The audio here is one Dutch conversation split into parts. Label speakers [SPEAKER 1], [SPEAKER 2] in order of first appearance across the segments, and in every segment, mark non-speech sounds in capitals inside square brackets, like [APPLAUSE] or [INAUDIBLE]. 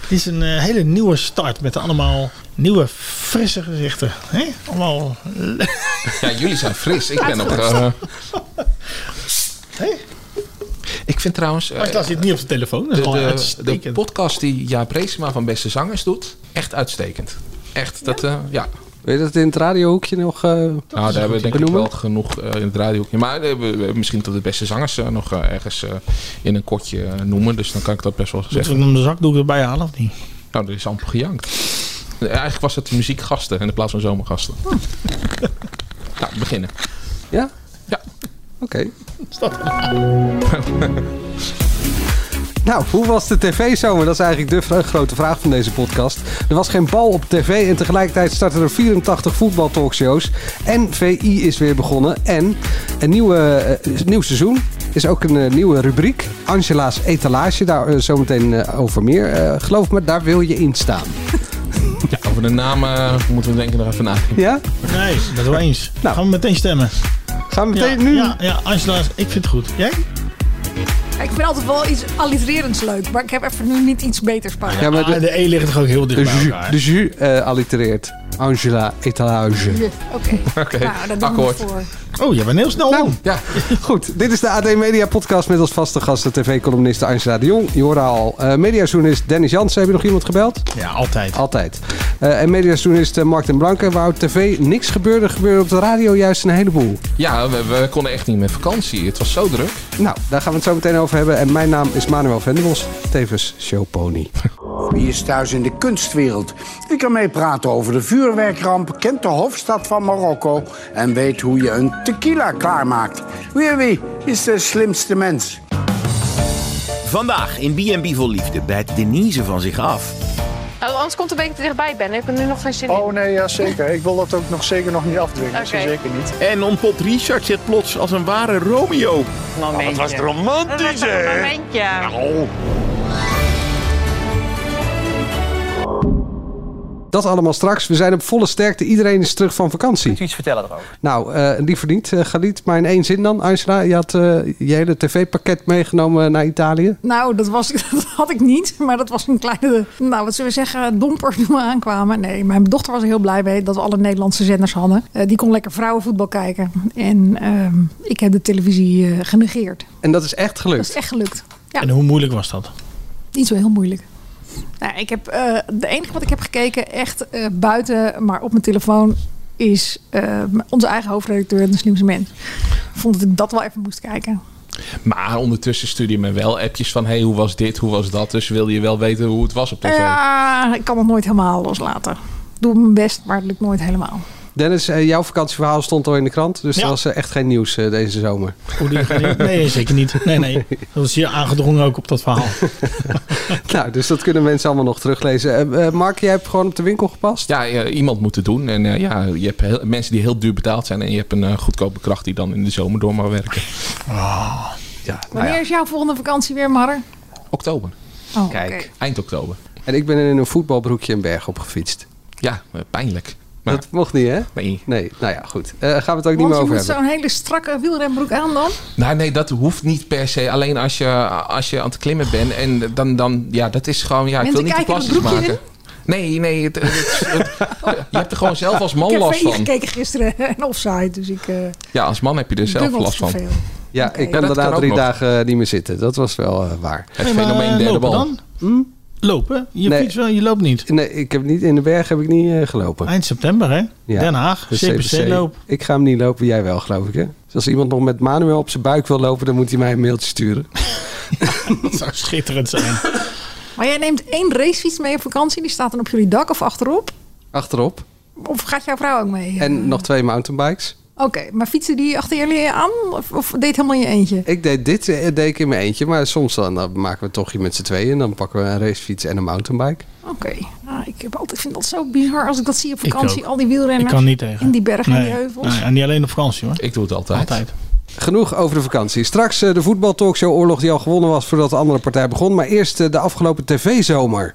[SPEAKER 1] Het is een eh, hele nieuwe start met allemaal nieuwe, frisse gezichten. Hè? Allemaal. le-
[SPEAKER 2] Ja, jullie zijn fris. Ik ben nog... eh,
[SPEAKER 1] Hè?
[SPEAKER 2] ik vind trouwens... eh,
[SPEAKER 1] Maar ik las dit niet op de telefoon. Dat is
[SPEAKER 2] de,
[SPEAKER 1] gewoon
[SPEAKER 2] de, de
[SPEAKER 1] oh, uitstekend.
[SPEAKER 2] podcast die Jaap Reesema van Beste Zangers doet, echt uitstekend. Echt, dat... eh, ja.
[SPEAKER 3] Weet je dat in het radiohoekje nog... eh,
[SPEAKER 2] Nou, daar hebben we denk ik
[SPEAKER 3] benoemen.
[SPEAKER 2] wel genoeg eh, in het radiohoekje. Maar eh, we- we- misschien dat de beste zangers eh, nog eh, ergens eh, in een kortje eh, noemen. Dus dan kan ik dat best wel
[SPEAKER 1] Moeten
[SPEAKER 2] zeggen.
[SPEAKER 1] we hem de zakdoek erbij halen of niet?
[SPEAKER 2] Nou, er is amper gejankt. Eh, Eigenlijk was het muziekgasten in de plaats van zomergasten. nou, beginnen.
[SPEAKER 3] Ja?
[SPEAKER 2] Ja.
[SPEAKER 3] Oké. [LAUGHS] Nou, hoe was de tv-zomer? Dat is eigenlijk de vra- grote vraag van deze podcast. Er was geen bal op tv en tegelijkertijd starten er 84 voetbaltalkshows. En VI is weer begonnen. En een nieuwe, eh, nieuw seizoen is ook een eh, nieuwe rubriek. Angela's Etalage, daar eh, zometeen eh, over meer. Eh, geloof me, daar wil je in staan.
[SPEAKER 2] Ja, over de naam eh, moeten we denken nog even na.
[SPEAKER 3] [LAUGHS] Ja?
[SPEAKER 1] Nee, dat is wel eens.
[SPEAKER 3] Nou.
[SPEAKER 1] Gaan we meteen stemmen.
[SPEAKER 3] Gaan we
[SPEAKER 1] Ja,
[SPEAKER 3] meteen nu?
[SPEAKER 1] Ja, ja, Angela, ik vind het goed. Jij?
[SPEAKER 4] Ik vind altijd wel iets allitererends leuk, maar ik heb even nu niet iets beters paraat.
[SPEAKER 3] Ja, maar
[SPEAKER 1] Ah,
[SPEAKER 3] de, Dus-
[SPEAKER 1] de E ligt toch ook heel
[SPEAKER 3] de
[SPEAKER 1] dicht bij
[SPEAKER 3] jus,
[SPEAKER 1] elkaar.
[SPEAKER 3] de jus eh, allitereert. Angela Etalage.
[SPEAKER 4] Oké,
[SPEAKER 2] Oké,
[SPEAKER 4] nou, daar doen we
[SPEAKER 2] akkoord.
[SPEAKER 4] het voor.
[SPEAKER 1] Oh, jij bent heel snel.
[SPEAKER 3] Nou,
[SPEAKER 1] om.
[SPEAKER 2] Ja,
[SPEAKER 3] [LAUGHS] Goed, dit is de AD Media Podcast met als vaste gasten tv-columniste Angela de Jong. Je hoorde al, eh, mediajournalist Dennis Jansen. Heb je nog iemand gebeld?
[SPEAKER 1] Ja, altijd.
[SPEAKER 3] Altijd. Eh, en mediajournalist eh, Mark den Blanke. Waar op tv niks gebeurde, gebeurde op de radio juist een heleboel.
[SPEAKER 2] ja we, we konden echt niet met vakantie. Het was zo druk.
[SPEAKER 3] Nou, daar gaan we het zo meteen over hebben. En mijn naam is Manuel Venderbos, tevens showpony.
[SPEAKER 5] Wie is thuis in de kunstwereld? Ik kan meepraten over de vuurwerkramp, kent de hoofdstad van Marokko en weet hoe je een tequila klaarmaakt. Wie wie is de slimste mens?
[SPEAKER 6] Vandaag in B&B Vol Liefde bijt Denise van zich af.
[SPEAKER 7] Nou, anders komt het een beetje te dichtbij, Ben. Ik heb er nu nog geen zin in.
[SPEAKER 8] Oh nee, ja zeker. Ik wil dat ook nog zeker nog niet afdwingen.
[SPEAKER 7] Oké.
[SPEAKER 8] Dus zeker niet.
[SPEAKER 6] En ontpopt Richard zit plots als een ware Romeo.
[SPEAKER 7] Momentje.
[SPEAKER 8] was romantisch,
[SPEAKER 7] momentje.
[SPEAKER 3] Dat allemaal straks. We zijn op volle sterkte. Iedereen is terug van vakantie.
[SPEAKER 6] Iets vertellen erover.
[SPEAKER 3] Nou, eh, liever niet, eh, Galit. Maar in één zin dan, Angela. Je had eh, je hele tv-pakket meegenomen naar Italië.
[SPEAKER 4] Nou, dat, was, [LAUGHS] dat had ik niet, maar dat was een kleine, nou wat zullen we zeggen, domper toen we aankwamen. Nee, mijn dochter was er heel blij mee dat we alle Nederlandse zenders hadden. Eh, die kon lekker vrouwenvoetbal kijken en ehm, ik heb de televisie eh, genegeerd.
[SPEAKER 3] En dat is echt
[SPEAKER 4] Dat
[SPEAKER 3] gelukt.
[SPEAKER 4] is echt gelukt. Ja,
[SPEAKER 1] En hoe moeilijk was dat?
[SPEAKER 4] niet zo heel moeilijk. Nou, ik heb, eh, de enige wat ik heb gekeken, echt eh, buiten, maar op mijn telefoon, is eh, onze eigen hoofdredacteur, de slimste mens. Ik vond dat ik dat wel even moest kijken.
[SPEAKER 2] Maar ondertussen stuurde je me wel appjes van... hey, hoe was dit, hoe was dat? Dus wilde je wel weten hoe het was op tv.
[SPEAKER 4] Ja, ik kan het nooit helemaal loslaten. Ik doe mijn best, maar het lukt nooit helemaal.
[SPEAKER 3] Dennis, eh, jouw vakantieverhaal stond al in de krant. Dus
[SPEAKER 1] Ja.
[SPEAKER 3] er was eh, echt geen nieuws eh, deze zomer. [LAUGHS]
[SPEAKER 1] Hoe doe je dat? Nee, zeker niet. Nee, nee. Dat is hier aangedrongen ook op dat verhaal.
[SPEAKER 3] nou, dus dat kunnen mensen allemaal nog teruglezen. Eh, eh, Mark, jij hebt gewoon op de winkel gepast?
[SPEAKER 2] Ja, ja, iemand moet het doen. En eh, ja, je hebt heel- mensen die heel duur betaald zijn... en je hebt een eh, goedkope kracht die dan in de zomer door mag werken.
[SPEAKER 3] Ja, nou
[SPEAKER 4] Wanneer
[SPEAKER 3] ja.
[SPEAKER 4] is jouw volgende vakantie weer, Marre?
[SPEAKER 2] Oktober,
[SPEAKER 4] Oh,
[SPEAKER 3] Kijk.
[SPEAKER 4] oké.
[SPEAKER 2] eind oktober.
[SPEAKER 3] En ik ben in een voetbalbroekje een berg op gefietst.
[SPEAKER 2] Ja, eh, pijnlijk. Maar
[SPEAKER 3] Dat mocht niet, hè?
[SPEAKER 2] nee.
[SPEAKER 3] Nee, nou ja, goed. Eh, gaan we het ook niet
[SPEAKER 4] Want
[SPEAKER 3] meer
[SPEAKER 4] Oh, je
[SPEAKER 3] over
[SPEAKER 4] moet
[SPEAKER 3] hebben.
[SPEAKER 4] zo'n hele strakke wielrenbroek aan dan.
[SPEAKER 2] Nou, nee, dat hoeft niet per se. Alleen als je, als je aan het klimmen bent en dan, dan ja, dat is gewoon, ja, ik
[SPEAKER 4] Mensen
[SPEAKER 2] wil niet te
[SPEAKER 4] kijken dat
[SPEAKER 2] plastisch
[SPEAKER 4] broekje
[SPEAKER 2] maken. Nee, nee, het, het-
[SPEAKER 4] [LAUGHS]
[SPEAKER 2] het- je hebt er gewoon zelf als man
[SPEAKER 4] ik heb
[SPEAKER 2] last
[SPEAKER 4] VI
[SPEAKER 2] van.
[SPEAKER 4] gekeken gisteren [LAUGHS] en offside, dus ik eh
[SPEAKER 2] Ja, als man heb je er zelf
[SPEAKER 4] dubbelt
[SPEAKER 2] last van.
[SPEAKER 4] zoveel.
[SPEAKER 3] Ja, ik kon
[SPEAKER 2] Ja, dat
[SPEAKER 3] daarna
[SPEAKER 2] kan ook
[SPEAKER 3] drie
[SPEAKER 2] nog.
[SPEAKER 3] dagen eh, niet meer zitten. Dat was wel eh, waar.
[SPEAKER 2] Het
[SPEAKER 1] Nee, maar,
[SPEAKER 2] fenomeen derde
[SPEAKER 1] lopen
[SPEAKER 2] bal.
[SPEAKER 1] dan? Hm? Lopen? Je
[SPEAKER 3] Nee.
[SPEAKER 1] fiets wel, je loopt niet.
[SPEAKER 3] Nee, ik heb niet, in de berg heb ik niet eh, gelopen.
[SPEAKER 1] Eind september, hè?
[SPEAKER 3] Ja,
[SPEAKER 1] Ah,
[SPEAKER 3] Dus
[SPEAKER 1] Den Haag,
[SPEAKER 3] de
[SPEAKER 1] CPC-loop.
[SPEAKER 3] Ik ga hem niet lopen, jij wel, geloof ik, hè? Dus als iemand nog met Manuel op zijn buik wil lopen, dan moet hij mij een mailtje
[SPEAKER 1] [LAUGHS]
[SPEAKER 3] sturen.
[SPEAKER 1] Dat zou schitterend zijn.
[SPEAKER 4] [LAUGHS] Maar jij neemt één racefiets mee op vakantie, die staat dan op jullie dak of achterop.
[SPEAKER 3] Achterop.
[SPEAKER 4] Of gaat jouw vrouw ook mee?
[SPEAKER 3] En nog twee mountainbikes.
[SPEAKER 4] Oké, maar fietsen die achter jullie aan of, of deed helemaal in je eentje?
[SPEAKER 3] Ik deed dit eh, deed ik in mijn eentje, maar soms dan, dan maken we toch hier met z'n tweeën. En dan pakken we een racefiets en een mountainbike.
[SPEAKER 4] Oké, Ah, Ah, ik heb altijd, vind dat zo bizar als ik dat zie op
[SPEAKER 1] Ik
[SPEAKER 4] vakantie.
[SPEAKER 1] ook.
[SPEAKER 4] Al die wielrenners
[SPEAKER 1] Ik kan niet tegen.
[SPEAKER 4] in die bergen en
[SPEAKER 1] Nee.
[SPEAKER 4] die heuvels.
[SPEAKER 1] Nee, en niet alleen op vakantie hoor.
[SPEAKER 2] Ik doe het altijd.
[SPEAKER 1] Altijd.
[SPEAKER 3] Genoeg over de vakantie. Straks eh, de voetbaltalkshow oorlog die al gewonnen was voordat de andere partij begon. Maar eerst eh, de afgelopen tv-zomer.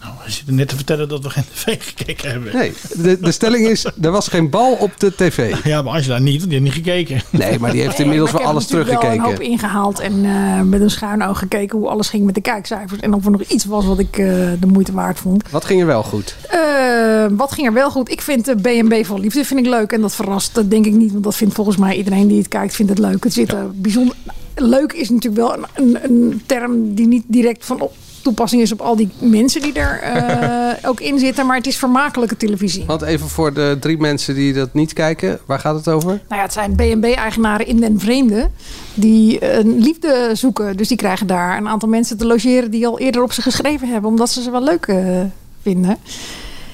[SPEAKER 1] Nou, we zitten net te vertellen dat we geen [LAUGHS] tv gekeken hebben.
[SPEAKER 3] Nee, de, de stelling is, er was geen bal op de tv.
[SPEAKER 1] [LAUGHS] Ja, maar Angela niet, want die heeft niet gekeken.
[SPEAKER 3] Nee, maar die heeft inmiddels wel
[SPEAKER 4] Maar ik heb
[SPEAKER 3] alles
[SPEAKER 4] natuurlijk
[SPEAKER 3] teruggekeken.
[SPEAKER 4] Wel een hoop ingehaald en eh, met een schuin oog gekeken hoe alles ging met de kijkcijfers. En of er nog iets was wat ik eh, de moeite waard vond.
[SPEAKER 3] Wat ging er wel goed?
[SPEAKER 4] Eh, wat ging er wel goed? Ik vind de BNB voor liefde vind ik leuk en dat verrast. Dat denk ik niet, want dat vindt volgens mij iedereen die het kijkt vindt het leuk. Het zit eh, bijzonder. Leuk is natuurlijk wel een, een, een term die niet direct van op toepassing is op al die mensen die er eh, ook in zitten, maar het is vermakelijke televisie.
[SPEAKER 3] Want even voor de drie mensen die dat niet kijken, waar gaat het over?
[SPEAKER 4] Nou ja, het zijn BNB-eigenaren in den vreemde die eh, een liefde zoeken. Dus die krijgen daar een aantal mensen te logeren die al eerder op ze geschreven hebben, omdat ze ze wel leuk eh, vinden.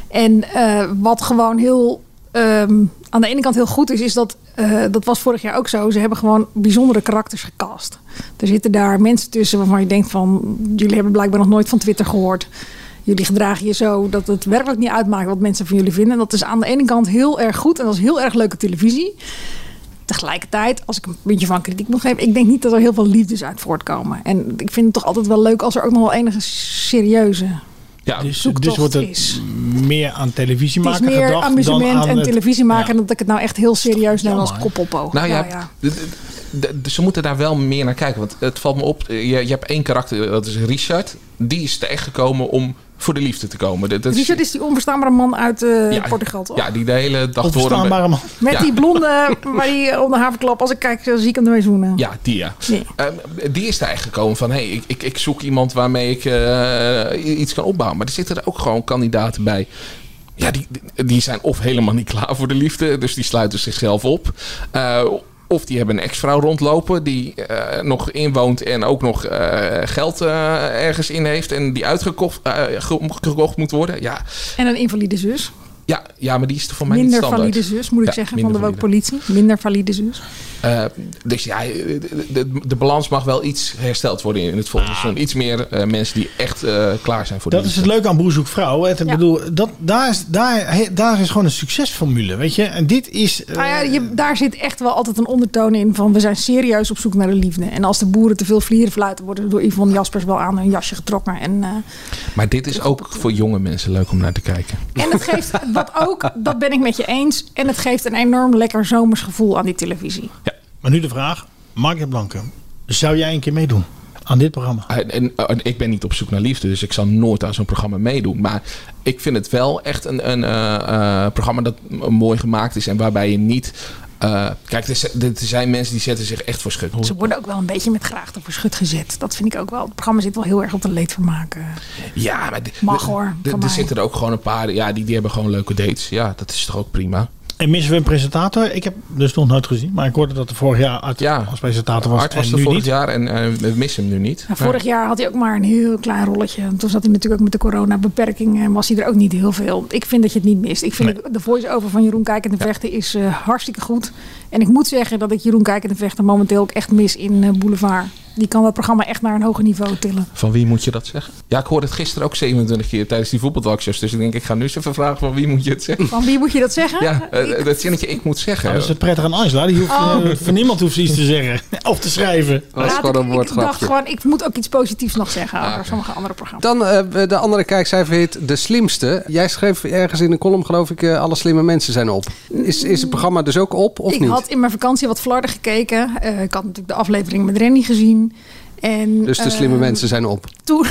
[SPEAKER 4] En eh, wat gewoon heel ehm, aan de ene kant heel goed is, is dat eh, dat was vorig jaar ook zo. Ze hebben gewoon bijzondere karakters gecast. Er zitten daar mensen tussen waarvan je denkt van jullie hebben blijkbaar nog nooit van Twitter gehoord. Jullie gedragen je zo dat het werkelijk niet uitmaakt wat mensen van jullie vinden. En dat is aan de ene kant heel erg goed en dat is heel erg leuke televisie. Tegelijkertijd, als ik een puntje van kritiek mag geven, ik denk niet dat er heel veel liefdes uit voortkomen. En ik vind het toch altijd wel leuk als er ook nog wel enige serieuze.
[SPEAKER 2] Ja,
[SPEAKER 1] Dus,
[SPEAKER 4] zoektocht
[SPEAKER 1] dus wordt het
[SPEAKER 4] is.
[SPEAKER 1] meer aan televisie
[SPEAKER 4] Het is
[SPEAKER 1] maken
[SPEAKER 4] meer
[SPEAKER 1] gedacht dan
[SPEAKER 4] amusement
[SPEAKER 1] aan
[SPEAKER 4] en
[SPEAKER 1] het-
[SPEAKER 4] televisie maken
[SPEAKER 1] Ja.
[SPEAKER 4] dan dat ik het nou echt heel serieus neem als
[SPEAKER 1] jammer, hè?
[SPEAKER 4] koppelpoog.
[SPEAKER 2] Nou ja,
[SPEAKER 4] Nou ja.
[SPEAKER 2] d- d- d- d- ze moeten daar wel meer naar kijken. Want het valt me op, eh, je, je hebt één karakter, eh, dat is Richard. Die is terechtgekomen om voor de liefde te komen. Dat, dat
[SPEAKER 4] Richard is die onverstaanbare man uit eh,
[SPEAKER 2] ja,
[SPEAKER 4] Portugal, toch?
[SPEAKER 2] Ja, die de hele dag door... een be-
[SPEAKER 1] Onverstaanbare man.
[SPEAKER 4] Met
[SPEAKER 2] ja.
[SPEAKER 4] die blonde, [LAUGHS] waar die om de havenklap, als ik kijk, eh, zie ik hem ermee zoenen.
[SPEAKER 2] Ja, die ja.
[SPEAKER 4] Nee.
[SPEAKER 2] Ehm, die is daar echt gekomen van... hé, hey, ik, ik, ik zoek iemand waarmee ik eh, i- iets kan opbouwen. Maar er zitten er ook gewoon kandidaten bij... Ja, die, die- die zijn of helemaal niet klaar voor de liefde... dus die sluiten zichzelf op... Eh, of die hebben een ex-vrouw rondlopen die eh, nog inwoont en ook nog eh, geld eh, ergens in heeft en die uitgekocht eh, ge- gekocht moet worden. Ja,
[SPEAKER 4] En een invalide zus.
[SPEAKER 2] ja, ja, maar die is er voor mij
[SPEAKER 4] Minder
[SPEAKER 2] niet standaard.
[SPEAKER 4] valide zus, moet ik
[SPEAKER 2] Ja,
[SPEAKER 4] zeggen, van
[SPEAKER 2] minder
[SPEAKER 4] de woke
[SPEAKER 2] valide.
[SPEAKER 4] politie. Minder valide zus.
[SPEAKER 2] Eh, dus ja, de, de, de balans mag wel iets hersteld worden in het volgende seizoen. Iets meer eh, mensen die echt eh, klaar zijn voor de
[SPEAKER 1] Dat is het
[SPEAKER 2] liefde.
[SPEAKER 1] leuke aan Boer zoekt vrouw. hè. Ik
[SPEAKER 4] Ja.
[SPEAKER 1] bedoel, dat, daar, is, daar, he- daar is gewoon een succesformule, weet je. En dit is... eh,
[SPEAKER 4] Nou ja, je, daar zit echt wel altijd een ondertoon in van we zijn serieus op zoek naar de liefde. En als de boeren te veel vlieren fluiten, worden ze door Yvonne Jaspers wel aan hun jasje getrokken. En, eh,
[SPEAKER 2] Maar dit is ook voor jonge mensen leuk om naar te kijken.
[SPEAKER 4] en het geeft wat ook, dat ben ik met je eens. En het geeft een enorm lekker zomers gevoel aan die televisie.
[SPEAKER 1] Maar nu de vraag, Mark de Blanke, zou jij een keer meedoen aan dit programma?
[SPEAKER 2] En, Ah, en- en ik ben niet op zoek naar liefde, dus ik zal nooit aan zo'n programma meedoen. Maar ik vind het wel echt een, een eh, eh, programma dat m- mooi gemaakt is en waarbij je niet. eh, kijk, er, z- er zijn mensen die zetten zich echt voor schut.
[SPEAKER 4] Ze worden ook wel een beetje met graagte voor schut gezet. Dat vind ik ook wel. Het programma zit wel heel erg op de leedvermaken.
[SPEAKER 2] Ja, maar d-
[SPEAKER 4] Mag
[SPEAKER 2] d-
[SPEAKER 4] hoor,
[SPEAKER 2] d-
[SPEAKER 4] van
[SPEAKER 2] Er
[SPEAKER 4] mij.
[SPEAKER 2] zitten er ook gewoon een paar. Ja, die, die hebben gewoon leuke dates. Ja, dat is toch ook prima.
[SPEAKER 1] En missen we een presentator? Ik heb dus nog nooit gezien, maar ik hoorde dat er vorig jaar Art
[SPEAKER 2] Ja.
[SPEAKER 1] als presentator was
[SPEAKER 2] Art was
[SPEAKER 1] en
[SPEAKER 2] er
[SPEAKER 1] nu
[SPEAKER 2] vorig
[SPEAKER 1] niet.
[SPEAKER 2] jaar en eh, we missen hem nu niet.
[SPEAKER 4] En Nou, vorig jaar had hij ook maar een heel klein rolletje. En toen zat hij natuurlijk ook met de coronabeperking en was hij er ook niet heel veel. Ik vind dat je het niet mist. Ik vind de voice-over van Jeroen Kijkend en Vechten is eh, hartstikke goed. En ik moet zeggen dat ik Jeroen Kijkend en Vechten momenteel ook echt mis in eh, Boulevard. Die kan dat programma echt naar een hoger niveau tillen.
[SPEAKER 2] Van wie moet je dat zeggen? Ja, ik hoorde het gisteren ook 27 keer tijdens die voetbaltalkshows. Dus ik denk, ik ga nu eens even vragen van wie moet je het
[SPEAKER 4] [LAUGHS]
[SPEAKER 2] zeggen?
[SPEAKER 4] Van wie moet je dat zeggen?
[SPEAKER 2] Ja, eh,
[SPEAKER 4] Ik-
[SPEAKER 2] dat zinnetje ik moet
[SPEAKER 1] Ja, Nou, dat is
[SPEAKER 2] zeggen.
[SPEAKER 1] het prettig aan Angela. Die hoeft,
[SPEAKER 4] Oh.
[SPEAKER 1] eh, voor niemand hoeft ze iets te zeggen [LAUGHS] of te schrijven.
[SPEAKER 3] Dat is
[SPEAKER 4] Laat
[SPEAKER 3] gewoon een
[SPEAKER 4] ik, ik dacht
[SPEAKER 3] woordgrapje. Ah,
[SPEAKER 4] gewoon, ik moet ook iets positiefs nog zeggen over sommige andere programma's.
[SPEAKER 3] Dan eh, de andere kijkcijfer heet De Slimste. Jij schreef ergens in een column, geloof ik, eh, alle slimme mensen zijn op. Is, is het programma dus ook op of
[SPEAKER 4] ik
[SPEAKER 3] niet?
[SPEAKER 4] had in mijn vakantie wat flarden gekeken. Eh, ik had natuurlijk de aflevering met Rennie gezien. En,
[SPEAKER 3] Dus de slimme
[SPEAKER 4] eh,
[SPEAKER 3] mensen zijn op.
[SPEAKER 4] Toen, [LAUGHS]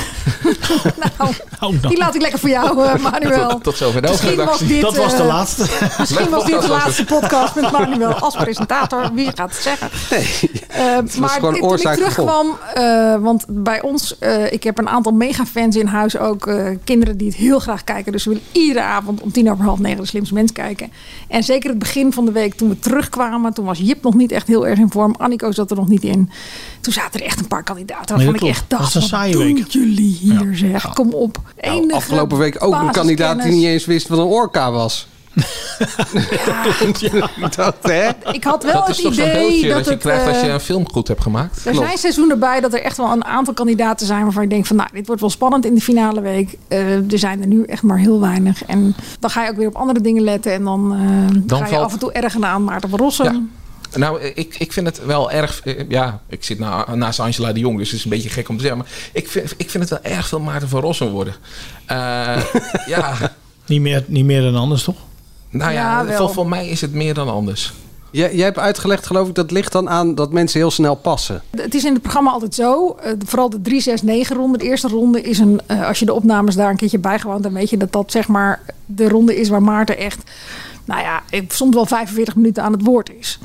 [SPEAKER 4] nou,
[SPEAKER 1] Oh, nou.
[SPEAKER 4] die laat ik lekker voor jou, eh, Manuel.
[SPEAKER 2] Tot, tot zover de
[SPEAKER 4] Misschien was
[SPEAKER 2] hoofdredactie.
[SPEAKER 4] dit,
[SPEAKER 1] dat was de
[SPEAKER 4] eh,
[SPEAKER 1] laatste. [LAUGHS]
[SPEAKER 4] Misschien was dit de laatste podcast met Manuel als presentator. Wie gaat het zeggen? Eh,
[SPEAKER 3] gewoon
[SPEAKER 4] maar dit- toen ik
[SPEAKER 3] oorzaak
[SPEAKER 4] terugkwam, eh, want bij ons, eh, ik heb een aantal megafans in huis ook. eh, kinderen die het heel graag kijken. Dus ze willen iedere avond om tien over half negen de slimste mens kijken. En zeker het begin van de week toen we terugkwamen. Toen was Jip nog niet echt heel erg in vorm. Anniko zat er nog niet in. Toen zaten er echt een paar kandidaten waarvan
[SPEAKER 1] Nee, dat
[SPEAKER 4] ik
[SPEAKER 1] klopt.
[SPEAKER 4] echt
[SPEAKER 1] Dat
[SPEAKER 4] dacht,
[SPEAKER 1] was een
[SPEAKER 4] wat
[SPEAKER 1] saaie
[SPEAKER 4] doen
[SPEAKER 1] week.
[SPEAKER 4] jullie hier zeg? Kom op.
[SPEAKER 3] Nou,
[SPEAKER 4] Enige
[SPEAKER 3] afgelopen week ook een kandidaat die
[SPEAKER 4] basiskennis.
[SPEAKER 3] [LAUGHS] niet eens wist wat een orka was. Dat, hè?
[SPEAKER 4] Ik had wel
[SPEAKER 2] dat
[SPEAKER 4] het
[SPEAKER 2] is toch zo'n
[SPEAKER 4] idee
[SPEAKER 2] beeldje
[SPEAKER 4] dat,
[SPEAKER 2] dat, je
[SPEAKER 4] het,
[SPEAKER 2] krijgt als
[SPEAKER 4] eh,
[SPEAKER 2] je een film goed hebt gemaakt.
[SPEAKER 4] Er zijn seizoenen bij dat er echt wel een aantal kandidaten zijn waarvan je denkt van nou, dit wordt wel spannend in de finale week. Eh, er zijn er nu echt maar heel weinig. En dan ga je ook weer op andere dingen letten. En dan, eh, ga je
[SPEAKER 2] valt-
[SPEAKER 4] af en toe erger aan Maarten van Rossum.
[SPEAKER 2] Ja. Nou, ik, ik vind het wel erg. eh, Ja, ik zit na, naast Angela de Jong, dus het is een beetje gek om te zeggen. Maar ik vind, ik vind het wel erg veel Maarten van Rossum worden. Eh,
[SPEAKER 4] [LAUGHS]
[SPEAKER 2] ja,
[SPEAKER 1] Niet meer, niet meer dan anders, toch?
[SPEAKER 2] nou ja,
[SPEAKER 4] Ja, wel.
[SPEAKER 2] voor, voor mij is het meer dan anders.
[SPEAKER 3] Jij, jij hebt uitgelegd, geloof ik, dat ligt dan aan dat mensen heel snel passen.
[SPEAKER 4] Het is in het programma altijd zo. eh, vooral de 3-6-9-ronde. De eerste ronde is een. eh, als je de opnames daar een keertje bijgewoond, dan weet je dat dat zeg maar de ronde is waar Maarten echt. Nou ja, eh, soms wel 45 minuten aan het woord is.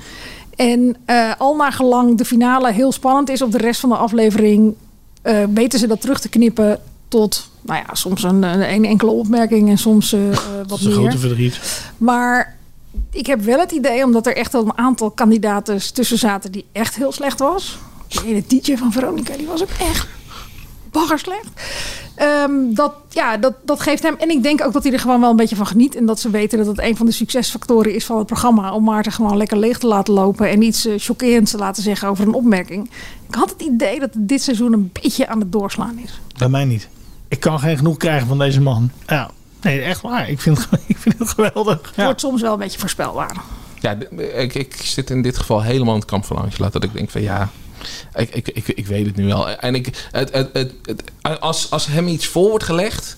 [SPEAKER 4] En eh al naar gelang de finale heel spannend is op de rest van de aflevering, eh, weten ze dat terug te knippen tot. Nou ja, soms een, een, een enkele opmerking en soms eh, eh,
[SPEAKER 1] Dat
[SPEAKER 4] wat
[SPEAKER 1] is een
[SPEAKER 4] meer.
[SPEAKER 1] grote verdriet.
[SPEAKER 4] Maar ik heb wel het idee, omdat er echt wel een aantal kandidaten tussen zaten die echt heel slecht was. Die ene DJ van Veronica, die was ook echt baggerslecht. Ehm dat, ja, dat, dat geeft hem. En ik denk ook dat hij er gewoon wel een beetje van geniet. En dat ze weten dat het een van de succesfactoren is van het programma. Om Maarten gewoon lekker leeg te laten lopen. En iets eh, chockerends te laten zeggen over een opmerking. Ik had het idee dat het dit seizoen een beetje aan het doorslaan is.
[SPEAKER 1] Bij mij niet. Ik kan geen genoeg krijgen van deze man. Ja. Nee, echt waar. Ik vind, het- [LAUGHS] ik vind het geweldig.
[SPEAKER 4] Het
[SPEAKER 1] Ja.
[SPEAKER 4] wordt soms wel een beetje voorspelbaar.
[SPEAKER 2] Ja, d- ik, ik zit in dit geval helemaal in het kamp van Angela. Dat ik denk van ja, ik, ik, ik, ik weet het nu wel. En ik, het, het, het, het- als, als hem iets voor wordt gelegd,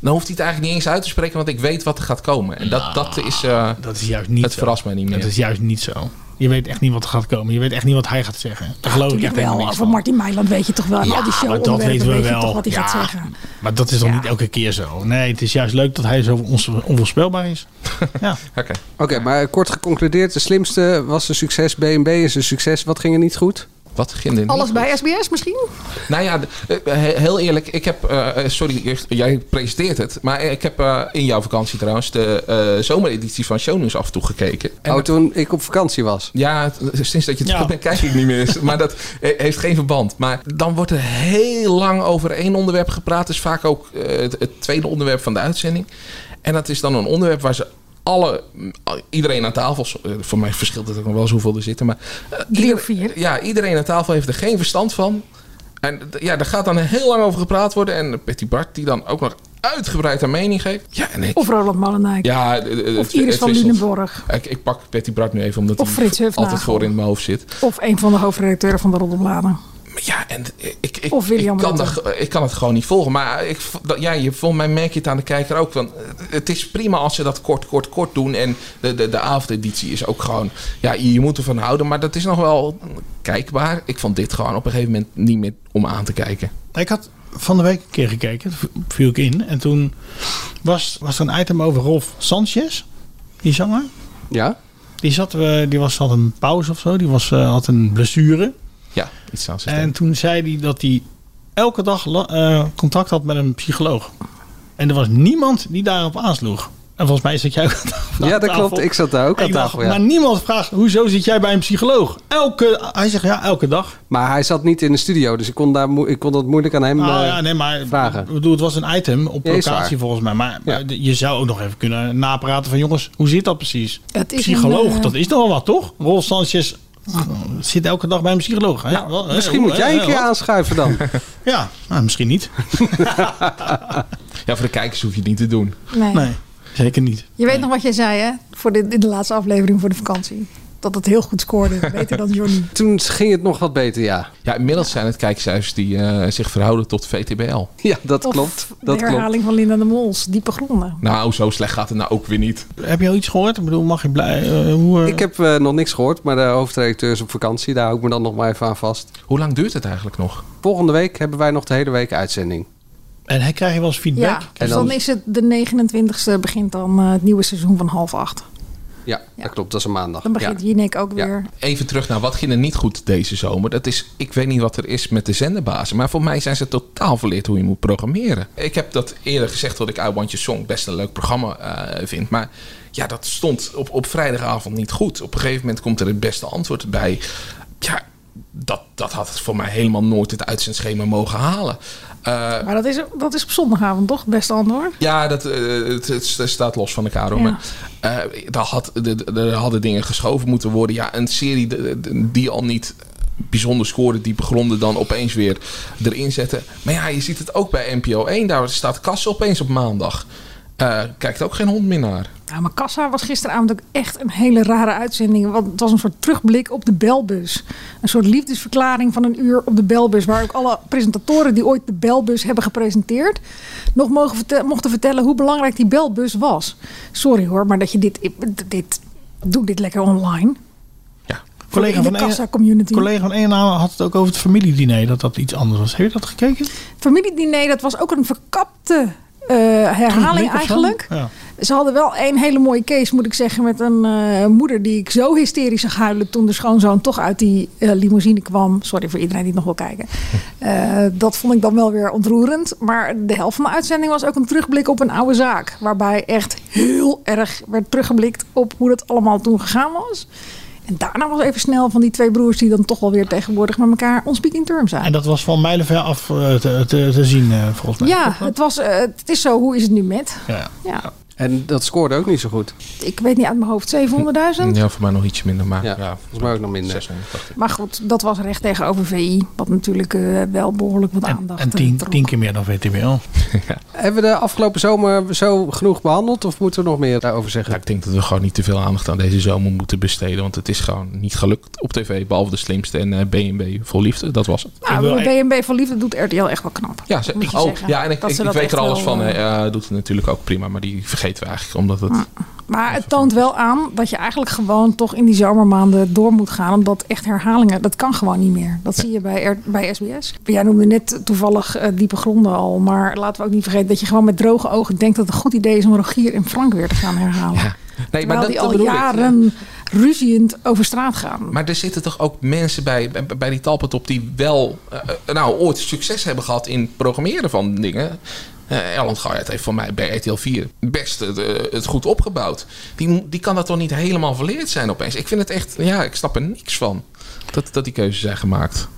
[SPEAKER 2] dan hoeft hij het eigenlijk niet eens uit te spreken, want ik weet wat er gaat komen. En dat, dat is. eh,
[SPEAKER 1] Dat is juist niet
[SPEAKER 2] het
[SPEAKER 1] zo.
[SPEAKER 2] verrast mij niet meer.
[SPEAKER 1] Dat is juist niet zo. Je weet echt niet wat er gaat komen. Je weet echt niet wat hij gaat zeggen. Daar geloof ik echt
[SPEAKER 4] Natuurlijk
[SPEAKER 1] helemaal
[SPEAKER 4] wel.
[SPEAKER 1] niks
[SPEAKER 4] Over
[SPEAKER 1] van.
[SPEAKER 4] Martin Meiland weet je toch wel. En al die
[SPEAKER 1] maar
[SPEAKER 4] show
[SPEAKER 1] dat weten we
[SPEAKER 4] weet je
[SPEAKER 1] wel.
[SPEAKER 4] toch wat hij
[SPEAKER 1] Ja,
[SPEAKER 4] gaat zeggen.
[SPEAKER 1] Maar dat is dan
[SPEAKER 4] Ja.
[SPEAKER 1] niet elke keer zo. Nee, het is juist leuk dat hij zo ons- onvoorspelbaar is. ja.
[SPEAKER 2] Oké.
[SPEAKER 3] Oké, maar kort geconcludeerd, de slimste was een succes, BNB is een succes. Wat ging er niet goed?
[SPEAKER 2] Wat ging er niet
[SPEAKER 4] Alles
[SPEAKER 2] goed?
[SPEAKER 4] bij SBS misschien?
[SPEAKER 2] Nou ja, d- eh, he- heel eerlijk, ik heb. eh, eh, sorry, eerst- jij presenteert het. Maar ik heb eh, in jouw vakantie trouwens de eh, zomereditie van Show News af en toe gekeken. En-
[SPEAKER 3] oh, toen ik op vakantie was.
[SPEAKER 2] Ja, t- sinds dat je het
[SPEAKER 1] Ja.
[SPEAKER 2] goed bent, kijk ik niet meer. maar dat he- heeft geen verband. Maar dan wordt er heel lang over één onderwerp gepraat. Dat is vaak ook eh, het, het tweede onderwerp van de uitzending. En dat is dan een onderwerp waar ze alle, iedereen aan tafel, eh, voor mij verschilt het ook nog wel eens hoeveel er zitten, maar eh,
[SPEAKER 4] Drie
[SPEAKER 2] ieder-
[SPEAKER 4] of vier.
[SPEAKER 2] ja, iedereen aan tafel heeft er geen verstand van. En d- ja, daar gaat dan heel lang over gepraat worden. En Petty Bart, die dan ook nog uitgebreid haar mening geeft. Ja, en ik-
[SPEAKER 4] Of Roland Molenijk?
[SPEAKER 2] ja, d- d-
[SPEAKER 4] of
[SPEAKER 2] het-
[SPEAKER 4] Iris
[SPEAKER 2] het
[SPEAKER 4] van
[SPEAKER 2] wisselt.
[SPEAKER 4] Lunenborg?
[SPEAKER 2] Ik, ik pak Petty Bart nu even, omdat
[SPEAKER 4] Of Frits
[SPEAKER 2] hij
[SPEAKER 4] Hufnagel.
[SPEAKER 2] altijd voor in mijn hoofd zit.
[SPEAKER 4] Of een van de hoofdredacteuren van de Roddelbladen?
[SPEAKER 2] Maar ja, en ik, ik,
[SPEAKER 4] Of William
[SPEAKER 2] ik, kan
[SPEAKER 4] Rutte.
[SPEAKER 2] dat- ik kan het gewoon niet volgen. Maar ik, v- dat- ja, je, volgens mij merk je het aan de kijker ook. Want het is prima als ze dat kort, kort, kort doen. En de, de, de avondeditie is ook gewoon... Ja, je moet ervan houden. Maar dat is nog wel kijkbaar. Ik vond dit gewoon op een gegeven moment niet meer om aan te kijken.
[SPEAKER 1] Ik had van de week een keer gekeken. Toen viel ik in. En toen was, was er een item over Rolf Sanchez. Die zanger.
[SPEAKER 3] Ja?
[SPEAKER 1] Die, zat, eh, die was, had een pauze of zo. Die was, eh, had een blessure.
[SPEAKER 2] Ja, iets aan zijn
[SPEAKER 1] En toen zei hij dat hij elke dag la- eh, contact had met een psycholoog. En er was niemand die daarop aansloeg. En volgens mij zat jij ook aan tafel.
[SPEAKER 3] Ja, dat klopt. Ik zat daar ook
[SPEAKER 1] En
[SPEAKER 3] aan
[SPEAKER 1] ik dacht,
[SPEAKER 3] tafel. Ja.
[SPEAKER 1] Maar niemand vraagt, hoezo zit jij bij een psycholoog? Elke, hij zegt, ja, elke dag.
[SPEAKER 3] Maar hij zat niet in de studio, dus ik kon, daar moe- ik kon dat moeilijk aan hem...
[SPEAKER 1] Ah,
[SPEAKER 3] eh,
[SPEAKER 1] ja, nee, maar
[SPEAKER 3] vragen.
[SPEAKER 1] Ik bedoel, het was een item op
[SPEAKER 3] Ja, is
[SPEAKER 1] locatie
[SPEAKER 3] waar.
[SPEAKER 1] volgens mij. Maar
[SPEAKER 3] Ja.
[SPEAKER 1] eh, je zou ook nog even kunnen napraten van, jongens, hoe zit dat precies?
[SPEAKER 4] Het is
[SPEAKER 1] psycholoog,
[SPEAKER 4] een, eh,
[SPEAKER 1] dat is toch wel wat, toch? Rolf Sanchez eh, zit elke dag bij een psycholoog. hè? Wel, hè,
[SPEAKER 3] Misschien
[SPEAKER 1] hoe,
[SPEAKER 3] moet
[SPEAKER 1] hè,
[SPEAKER 3] jij een
[SPEAKER 1] hè,
[SPEAKER 3] keer
[SPEAKER 1] wat? [LAUGHS]
[SPEAKER 3] aanschuiven dan.
[SPEAKER 1] Ja, nou, misschien niet.
[SPEAKER 2] Ja, voor de kijkers hoef je het niet te doen.
[SPEAKER 4] Nee.
[SPEAKER 1] Nee, zeker niet.
[SPEAKER 4] Je weet nog wat jij zei, hè? Voor de, in de laatste aflevering voor de vakantie. Dat het heel goed scoorde. Beter dan Johnny.
[SPEAKER 3] Toen ging het nog wat beter, ja. [LAUGHS]
[SPEAKER 2] Ja, inmiddels zijn het kijkcijfers die eh, zich verhouden tot VTBL.
[SPEAKER 3] Ja, dat
[SPEAKER 4] Of
[SPEAKER 3] klopt. Dat
[SPEAKER 4] de
[SPEAKER 3] klopt.
[SPEAKER 4] herhaling van Linda de Mols. Diepe gronden.
[SPEAKER 2] Nou, zo slecht gaat het nou ook weer niet.
[SPEAKER 1] Heb je al iets gehoord? Ik bedoel, mag je blij... eh, hoe, eh,
[SPEAKER 3] Ik heb eh, nog niks gehoord, maar de hoofdredacteur is op vakantie. Daar hou ik me dan nog maar even aan vast.
[SPEAKER 2] Hoe lang duurt het eigenlijk nog?
[SPEAKER 3] Volgende week hebben wij nog de hele week uitzending.
[SPEAKER 1] En hij krijgt wel eens
[SPEAKER 4] Ja,
[SPEAKER 1] feedback.
[SPEAKER 4] dus
[SPEAKER 3] dan-
[SPEAKER 4] dan is het de 29e begint dan eh, het nieuwe seizoen van half acht.
[SPEAKER 3] Ja,
[SPEAKER 4] Ja.
[SPEAKER 3] dat klopt. Dat is een maandag.
[SPEAKER 4] Dan
[SPEAKER 3] Ja.
[SPEAKER 4] begint Jinek ook
[SPEAKER 3] Ja.
[SPEAKER 4] weer.
[SPEAKER 2] Even terug naar wat ging er niet goed deze zomer. Dat is, ik weet niet wat er is met de zenderbazen. Maar voor mij zijn ze totaal verleerd hoe je moet programmeren. Ik heb dat eerder gezegd dat ik I Want Your Song best een leuk programma eh, vind. Maar ja, dat stond op, op vrijdagavond niet goed. Op een gegeven moment komt er het beste antwoord bij. Ja, dat, dat had voor mij helemaal nooit het uitzendschema mogen halen. Eh,
[SPEAKER 4] Maar dat is, dat is op zondagavond toch? Best antwoord.
[SPEAKER 2] Ja, dat, eh, het, het staat los van elkaar. hoor.
[SPEAKER 4] Ja.
[SPEAKER 2] Maar, eh, daar, had, de- de- er hadden dingen geschoven moeten worden. Ja, een serie de- de- die al niet bijzonder scoorde, die begronden dan opeens weer erin zetten. Maar ja, je ziet het ook bij NPO 1. Daar staat Kassel opeens op maandag. Eh, kijkt ook geen hond meer naar.
[SPEAKER 4] Ja, maar Kassa was gisteravond ook echt een hele rare uitzending. Want het was een soort terugblik op de belbus. Een soort liefdesverklaring van een uur op de belbus. Waar ook alle presentatoren die ooit de belbus hebben gepresenteerd... nog mogen vertel- mochten vertellen hoe belangrijk die belbus was. Sorry hoor, maar dat je dit... dit doe dit lekker online.
[SPEAKER 2] Ja.
[SPEAKER 4] Collega van de
[SPEAKER 1] Ene-
[SPEAKER 4] Kassa-community.
[SPEAKER 1] E- collega van Eenename had het ook over het familiediner. Dat dat iets anders was. Heb je dat gekeken?
[SPEAKER 4] Familiediner, dat was ook een verkapte eh, herhaling
[SPEAKER 1] Terugblik of zo?
[SPEAKER 4] eigenlijk.
[SPEAKER 1] Ja.
[SPEAKER 4] Ze hadden wel een hele mooie case, moet ik zeggen, met een eh, moeder die ik zo hysterisch zag huilen toen de schoonzoon toch uit die eh, limousine kwam. Sorry voor iedereen die het nog wil kijken. Eh, dat vond ik dan wel weer ontroerend. Maar de helft van de uitzending was ook een terugblik op een oude zaak. Waarbij echt heel erg werd teruggeblikt op hoe dat allemaal toen gegaan was. En daarna was even snel van die twee broers die dan toch wel weer tegenwoordig met elkaar on speaking terms zijn.
[SPEAKER 1] En dat was van mijlenver af eh, te, te, te zien, eh, volgens mij.
[SPEAKER 4] Ja, het, was, eh, het is zo. Hoe is het nu met?
[SPEAKER 1] Ja.
[SPEAKER 4] Ja,
[SPEAKER 3] En dat scoorde ook niet zo goed.
[SPEAKER 4] ik weet niet uit mijn hoofd, 700.000.
[SPEAKER 2] Ja, voor mij nog ietsje minder. Maar
[SPEAKER 3] Ja, volgens mij ook nog minder.
[SPEAKER 2] 680.
[SPEAKER 4] Maar goed, dat was recht tegenover VI. Wat natuurlijk eh, wel behoorlijk wat
[SPEAKER 1] En,
[SPEAKER 4] aandacht
[SPEAKER 1] en
[SPEAKER 4] eh,
[SPEAKER 1] tien,
[SPEAKER 4] trok.
[SPEAKER 1] tien keer meer dan VTBL.
[SPEAKER 3] Hebben we de afgelopen zomer zo genoeg behandeld? Of moeten we nog meer daarover
[SPEAKER 2] Ja,
[SPEAKER 3] zeggen?
[SPEAKER 2] ik denk dat we gewoon niet te veel aandacht aan deze zomer moeten besteden. Want het is gewoon niet gelukt op tv. Behalve de slimste en eh, BNB vol liefde. Dat was het.
[SPEAKER 4] Nou,
[SPEAKER 1] wil
[SPEAKER 4] de BNB van Liefde doet RTL echt wel knap.
[SPEAKER 2] Ja, ze-
[SPEAKER 4] Moet je
[SPEAKER 2] oh,
[SPEAKER 4] zeggen
[SPEAKER 2] ja en ik,
[SPEAKER 4] dat
[SPEAKER 2] ik,
[SPEAKER 4] ze
[SPEAKER 2] ik
[SPEAKER 4] dat
[SPEAKER 2] weet
[SPEAKER 4] echt
[SPEAKER 2] er alles
[SPEAKER 4] wel,
[SPEAKER 2] van.
[SPEAKER 4] eh,
[SPEAKER 2] Hij doet het natuurlijk ook prima, maar die vergeten we eigenlijk. Omdat het,
[SPEAKER 4] Maar het toont wel aan dat je eigenlijk gewoon toch in die zomermaanden door moet gaan. Omdat echt herhalingen, dat kan gewoon niet meer. Dat zie je bij, R- bij SBS. Jij noemde net toevallig eh, diepe gronden al. Maar laten we ook niet vergeten dat je gewoon met droge ogen denkt dat het een goed idee is om Rogier en Frank weer te gaan herhalen.
[SPEAKER 2] Nee,
[SPEAKER 4] Terwijl die al
[SPEAKER 2] bedoel ik.
[SPEAKER 4] jaren ruziend over straat gaan.
[SPEAKER 2] Maar er zitten toch ook mensen bij, bij- bij die Talpot op die wel eh, eh, nou, ooit succes hebben gehad in programmeren van dingen. Eh Erland Gaijert heeft van mij bij RTL 4 best het, eh, het goed opgebouwd. Die, mo- die kan dat toch niet helemaal verleerd zijn opeens? Ik vind het echt, ja, ik snap er niks van. Dat, dat die keuzes zijn gemaakt.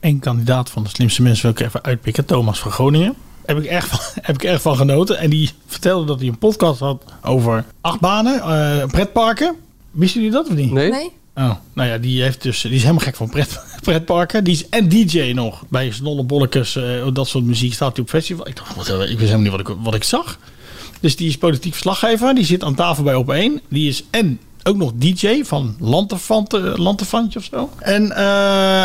[SPEAKER 1] Eén kandidaat van de slimste mensen wil ik even uitpikken. Thomas van Groningen. Heb ik, erg van, [LAUGHS] heb ik erg van genoten. En die vertelde dat hij een podcast had over achtbanen, eh pretparken. Wisten jullie dat of niet?
[SPEAKER 3] Nee?
[SPEAKER 4] Nee?
[SPEAKER 1] Oh, nou ja, die, heeft dus, die is helemaal gek van pret, [LAUGHS] pretparken. Die is, en DJ nog. Bij Snolle Bollekes, eh, dat soort muziek staat hij op festival. Ik dacht, wat, eh, ik wist helemaal niet wat ik, wat ik zag. Dus die is politiek verslaggever. Die zit aan tafel bij Op1. Die is en ook nog DJ van eh, Lantefantje of zo. En eh,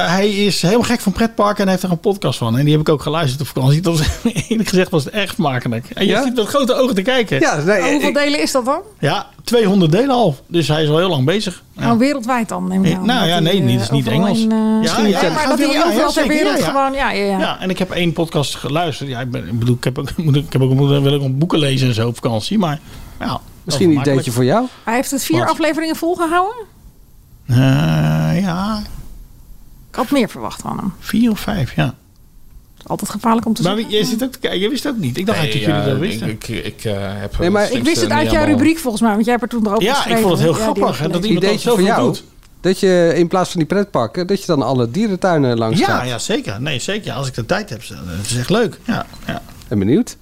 [SPEAKER 1] hij is helemaal gek van pretparken en heeft er een podcast van. En die heb ik ook geluisterd op vakantie. [LAUGHS] Dat was, eerlijk gezegd was het erg vermakelijk. En je
[SPEAKER 3] Ja?
[SPEAKER 1] zit met grote ogen te kijken. Ja.
[SPEAKER 3] Ja, nee,
[SPEAKER 4] Maar hoeveel
[SPEAKER 3] ik-
[SPEAKER 4] delen is dat dan?
[SPEAKER 1] ja, 200 delen al. Dus hij is al heel lang bezig. Ja.
[SPEAKER 4] Nou, wereldwijd dan, neem ik
[SPEAKER 1] Nee,
[SPEAKER 4] aan.
[SPEAKER 1] nou
[SPEAKER 4] Dat
[SPEAKER 1] ja,
[SPEAKER 4] die,
[SPEAKER 1] nee,
[SPEAKER 4] eh,
[SPEAKER 1] niet- het is niet
[SPEAKER 4] overal
[SPEAKER 1] Engels.
[SPEAKER 4] in, eh,
[SPEAKER 1] Ja,
[SPEAKER 4] Misschien
[SPEAKER 1] ja,
[SPEAKER 4] niet,
[SPEAKER 1] ja,
[SPEAKER 4] maar
[SPEAKER 1] ja,
[SPEAKER 4] dat
[SPEAKER 1] ja,
[SPEAKER 4] die
[SPEAKER 1] ja,
[SPEAKER 4] overal ter
[SPEAKER 1] zeker,
[SPEAKER 4] wereld
[SPEAKER 1] ja, ja.
[SPEAKER 4] gewoon... Ja, ja, ja.
[SPEAKER 1] Ja, en ik heb één podcast geluisterd. Ja, ik, ben, ik bedoel, ik heb ook, [LAUGHS] ik heb ook, ik wil ook nog boeken lezen en zo op vakantie. Maar ja,
[SPEAKER 3] misschien een ideetje voor jou?
[SPEAKER 4] Hij heeft het vier
[SPEAKER 1] Wat?
[SPEAKER 4] afleveringen volgehouden.
[SPEAKER 1] Eh, ja,
[SPEAKER 4] Ik had meer verwacht van hem.
[SPEAKER 1] vier of vijf, ja.
[SPEAKER 4] Het is altijd gevaarlijk om te
[SPEAKER 1] Maar
[SPEAKER 4] zeggen.
[SPEAKER 1] wie- jij zit ook te kijken, jij wist ook niet. Ik dacht
[SPEAKER 2] Nee,
[SPEAKER 1] eigenlijk dat
[SPEAKER 2] ja,
[SPEAKER 1] jullie dat
[SPEAKER 2] ik,
[SPEAKER 1] wisten.
[SPEAKER 2] ik, ik, eh, heb
[SPEAKER 3] Nee, maar
[SPEAKER 2] het
[SPEAKER 4] Ik wist het
[SPEAKER 3] eh,
[SPEAKER 2] slimste
[SPEAKER 4] uit
[SPEAKER 2] niet
[SPEAKER 4] jouw
[SPEAKER 2] helemaal-
[SPEAKER 4] rubriek volgens mij, want jij hebt er toen erover
[SPEAKER 1] ja, ik
[SPEAKER 4] geschreven.
[SPEAKER 1] vond het heel
[SPEAKER 4] Ja, die
[SPEAKER 1] grappig hè,
[SPEAKER 4] heb ik
[SPEAKER 1] dat
[SPEAKER 4] gelezen.
[SPEAKER 1] iemand dat
[SPEAKER 3] Ideetje voor
[SPEAKER 1] zoveel
[SPEAKER 3] jou?
[SPEAKER 1] doet.
[SPEAKER 3] Dat je in plaats van die pretparken, dat je dan alle dierentuinen langs
[SPEAKER 1] Ja,
[SPEAKER 3] gaat.
[SPEAKER 1] ja, zeker. Nee, zeker. Ja, Als ik de tijd heb, eh, dat is echt leuk. Ja, ja.
[SPEAKER 3] En benieuwd.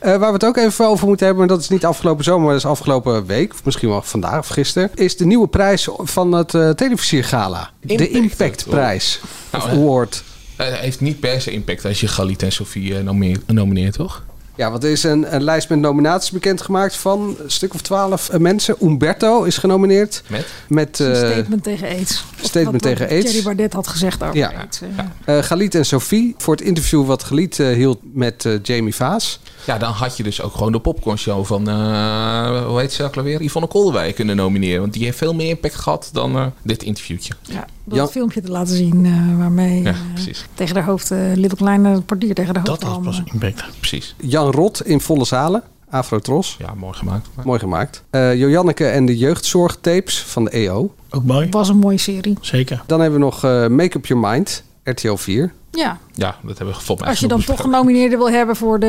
[SPEAKER 3] Eh, waar we het ook even over moeten hebben, maar dat is niet afgelopen zomer, maar dat is afgelopen week, of misschien wel vandaag of gisteren, is de nieuwe prijs van het eh televisiergala. de Impactprijs
[SPEAKER 1] Oh.
[SPEAKER 2] Nou,
[SPEAKER 3] of
[SPEAKER 2] hè.
[SPEAKER 3] Award.
[SPEAKER 2] Eh, heeft niet per se impact als je Galit en Sofie eh, nomine- nomineert, toch?
[SPEAKER 3] Ja, want er is een, een lijst met nominaties bekendgemaakt van een stuk of twaalf eh, mensen. Umberto is genomineerd
[SPEAKER 2] Met?
[SPEAKER 3] met
[SPEAKER 4] Een
[SPEAKER 3] eh
[SPEAKER 4] statement tegen AIDS. Of
[SPEAKER 3] statement
[SPEAKER 4] wat
[SPEAKER 3] tegen AIDS.
[SPEAKER 4] Thierry Bardet had gezegd over
[SPEAKER 3] Ja.
[SPEAKER 4] AIDS.
[SPEAKER 3] eh, Galit en Sophie voor het interview wat Galit eh, hield met eh, Jamie Vaas.
[SPEAKER 2] Ja, dan had je dus ook gewoon de popcornshow van, eh, hoe heet ze ook alweer? Yvonne Kolderwij kunnen nomineren. Want die heeft veel meer impact gehad dan eh, dit interviewtje.
[SPEAKER 4] Ja, door
[SPEAKER 3] Ja.
[SPEAKER 4] het filmpje te laten zien eh, waarmee
[SPEAKER 2] Ja,
[SPEAKER 4] eh,
[SPEAKER 2] precies.
[SPEAKER 4] tegen haar hoofd, eh Little Kleine, het portier tegen haar hoofd
[SPEAKER 1] Dat had
[SPEAKER 4] kwam. eh.
[SPEAKER 1] pas impact.
[SPEAKER 2] Precies.
[SPEAKER 3] Jan Rot in volle zalen, Afrotros.
[SPEAKER 2] Ja, mooi gemaakt. Maar-
[SPEAKER 3] Mooi gemaakt. Eh Jojanneke en de jeugdzorgtapes van de EO.
[SPEAKER 1] Ook mooi.
[SPEAKER 4] was een mooie serie.
[SPEAKER 1] Zeker.
[SPEAKER 3] Dan hebben we nog eh, Make Up Your Mind, RTL 4.
[SPEAKER 4] Ja,
[SPEAKER 2] Ja, dat hebben we volgens mij
[SPEAKER 4] Als je
[SPEAKER 2] genoeg
[SPEAKER 4] dan toch
[SPEAKER 2] besproken.
[SPEAKER 4] genomineerden wil hebben voor de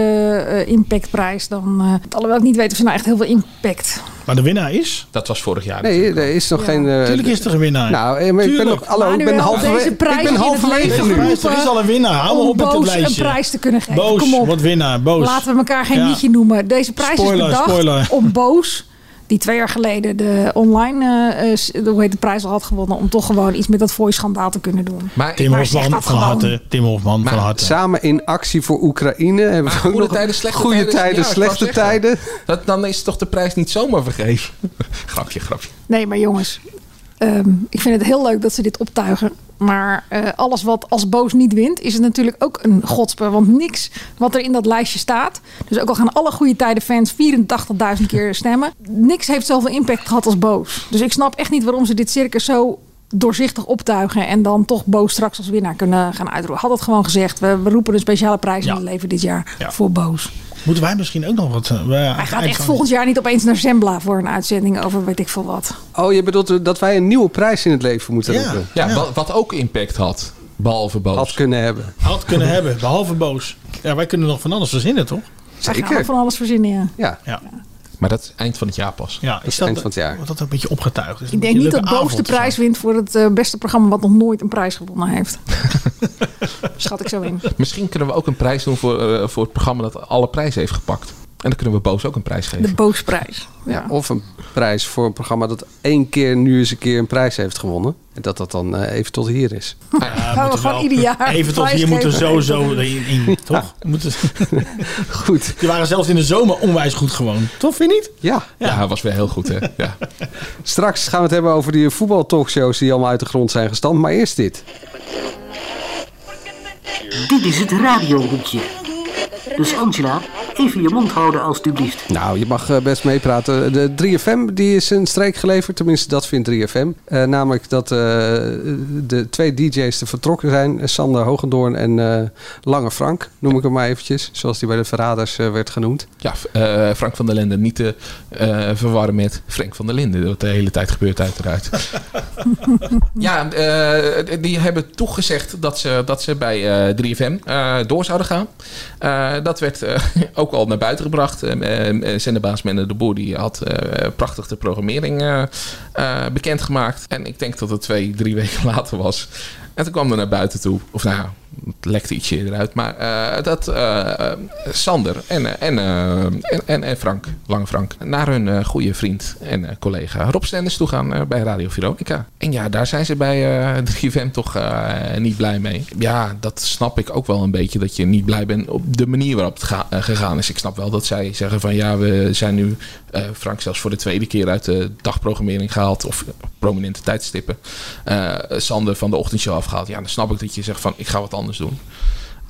[SPEAKER 4] eh, impactprijs, dan. eh alhoewel ik niet weet of ze nou echt heel veel impact
[SPEAKER 1] Maar de winnaar is?
[SPEAKER 2] [LAUGHS] Dat was vorig jaar.
[SPEAKER 3] Nee, er is nog geen... eh,
[SPEAKER 1] Tuurlijk is er een winnaar.
[SPEAKER 3] Nou, eh, maar ik ben,
[SPEAKER 1] Tuurlijk.
[SPEAKER 3] op, hallo, ik ben
[SPEAKER 4] Manuel,
[SPEAKER 3] halverwege
[SPEAKER 4] deze
[SPEAKER 3] ik
[SPEAKER 4] prijs
[SPEAKER 3] ben
[SPEAKER 4] in het
[SPEAKER 3] halverwege
[SPEAKER 4] leven.
[SPEAKER 3] nu.
[SPEAKER 1] Luister, er is al een winnaar. Hou maar
[SPEAKER 4] om
[SPEAKER 1] op met het
[SPEAKER 4] boos een
[SPEAKER 1] lijstje.
[SPEAKER 4] prijs te kunnen geven.
[SPEAKER 1] boos,
[SPEAKER 4] Kom op.
[SPEAKER 1] wat winnaar, boos.
[SPEAKER 4] Laten we elkaar geen
[SPEAKER 1] Ja.
[SPEAKER 4] liedje noemen. Deze prijs
[SPEAKER 1] Spoiler,
[SPEAKER 4] is bedacht
[SPEAKER 1] spoiler.
[SPEAKER 4] om Boos, die twee jaar geleden de online eh, eh, s- de, hoe heet de prijs al had gewonnen, om toch gewoon iets met dat voice-schandaal te kunnen doen.
[SPEAKER 2] Maar,
[SPEAKER 1] Tim
[SPEAKER 4] Maar zeg
[SPEAKER 1] Hofman
[SPEAKER 4] dat
[SPEAKER 1] van
[SPEAKER 4] gewoon.
[SPEAKER 1] harte. Tim Hofman van
[SPEAKER 2] Maar
[SPEAKER 1] harte.
[SPEAKER 3] Samen in actie voor Oekraïne. Hebben we
[SPEAKER 2] Maar
[SPEAKER 3] ook
[SPEAKER 2] goede
[SPEAKER 3] nog
[SPEAKER 2] tijden, slechte
[SPEAKER 3] goede
[SPEAKER 2] tijden is-
[SPEAKER 3] tijden,
[SPEAKER 2] ja, ik wou
[SPEAKER 3] slechte
[SPEAKER 2] zeggen.
[SPEAKER 3] tijden.
[SPEAKER 2] dat, dan is toch de prijs niet zomaar vergeven? [LAUGHS] grapje, grapje.
[SPEAKER 4] Nee, maar jongens, ehm, ik vind het heel leuk dat ze dit optuigen. Maar eh, alles wat als boos niet wint, is het natuurlijk ook een godspe. Want niks wat er in dat lijstje staat. Dus ook al gaan alle goede tijden fans 84.000 keer stemmen. Niks heeft zoveel impact gehad als boos. Dus ik snap echt niet waarom ze dit circus zo doorzichtig optuigen. En dan toch boos straks als winnaar kunnen gaan uitroepen. Had het gewoon gezegd. We, we roepen een speciale prijs
[SPEAKER 1] Ja.
[SPEAKER 4] in het leven dit jaar
[SPEAKER 1] Ja.
[SPEAKER 4] voor boos.
[SPEAKER 1] Moeten wij misschien ook nog wat... eh,
[SPEAKER 4] Hij gaat echt volgend jaar niet opeens naar Zembla voor een uitzending over weet ik veel wat.
[SPEAKER 3] Oh, je bedoelt dat wij een nieuwe prijs in het leven moeten
[SPEAKER 1] Ja.
[SPEAKER 3] roepen.
[SPEAKER 2] Ja,
[SPEAKER 1] Ja.
[SPEAKER 2] Wat, wat ook impact had. Behalve boos.
[SPEAKER 3] Had kunnen hebben.
[SPEAKER 1] Had kunnen hebben, behalve boos. Ja, wij kunnen nog van alles verzinnen, toch?
[SPEAKER 4] Hij gaat
[SPEAKER 3] Zeker.
[SPEAKER 4] nog van alles verzinnen, ja.
[SPEAKER 3] Ja.
[SPEAKER 1] Ja.
[SPEAKER 2] Maar dat is eind van het jaar pas.
[SPEAKER 1] ja is
[SPEAKER 3] het eind van het jaar.
[SPEAKER 1] Wordt dat een beetje opgetuigd? Is
[SPEAKER 4] Ik denk niet dat Boos de prijs wint voor het eh, beste programma wat nog nooit een prijs gewonnen heeft. Schat ik zo in.
[SPEAKER 2] Misschien kunnen we ook een prijs doen voor, eh, voor het programma dat alle prijzen heeft gepakt. En dan kunnen we boos ook een prijs geven.
[SPEAKER 4] De Boosprijs. Ja.
[SPEAKER 3] Ja, of een prijs voor een programma dat één keer nu eens een keer een prijs heeft gewonnen. En dat dat dan eh, even tot hier is.
[SPEAKER 4] [LAUGHS] Gaan we gewoon ieder jaar
[SPEAKER 1] Even tot
[SPEAKER 4] prijs
[SPEAKER 1] hier moeten we
[SPEAKER 4] geven.
[SPEAKER 1] sowieso in, in toch? Moeten, [LAUGHS]
[SPEAKER 3] Goed,
[SPEAKER 1] die waren zelfs in de zomer onwijs goed gewoon. Toch, vind je niet?
[SPEAKER 3] ja.
[SPEAKER 2] Ja, was weer heel goed, hè? Ja.
[SPEAKER 3] Straks gaan we het hebben over die voetbaltalkshows die allemaal uit de grond zijn gestampt. Maar eerst dit.
[SPEAKER 9] Dit is het radiohoekje. Dus Angela, even je mond houden alstublieft.
[SPEAKER 3] Nou, je mag eh, best meepraten. De 3FM die is een streek geleverd, tenminste dat vindt 3FM. Eh, namelijk dat eh, de twee DJ's er vertrokken zijn. Sander Hogendoorn en eh, Lange Frank, noem ik hem maar eventjes. Zoals die bij de Verraders eh, werd genoemd.
[SPEAKER 2] Ja, f- eh, Frank van der Linden niet te eh, verwarren met Frank van der Linden. Wat de hele tijd gebeurt uiteraard. ja, eh, die hebben toegezegd dat ze, dat ze bij eh 3FM eh, door zouden gaan. Eh, dat werd eh, [LAUGHS] ook al naar buiten gebracht. Eh, eh, Zenderbaas Menno de Boer die had eh, prachtig de programmering eh, eh, bekendgemaakt. En ik denk dat het twee, drie weken [LAUGHS] later was. En toen kwam er naar buiten toe. Of nou ja, het lekte ietsje eruit. Maar eh, dat eh, eh, Sander en, eh, en, eh, en, en, en Frank, Lange Frank, naar hun eh, goede vriend en eh, collega Rob Stenders toe gaan eh, bij Radio Veronica. En ja, daar zijn ze bij eh [LAUGHS] 3FM toch eh, niet blij mee. Ja, dat snap ik ook wel een beetje. Dat je niet blij bent op de manier waarop het ga- eh, gegaan is. Ik snap wel dat zij zeggen van ja, we zijn nu eh, Frank zelfs voor de tweede keer uit de dagprogrammering gehaald. Of prominente tijdstippen. Eh, Sander van de ochtendshow afgehaald. Ja, dan snap ik dat je zegt van ik ga wat anders doen.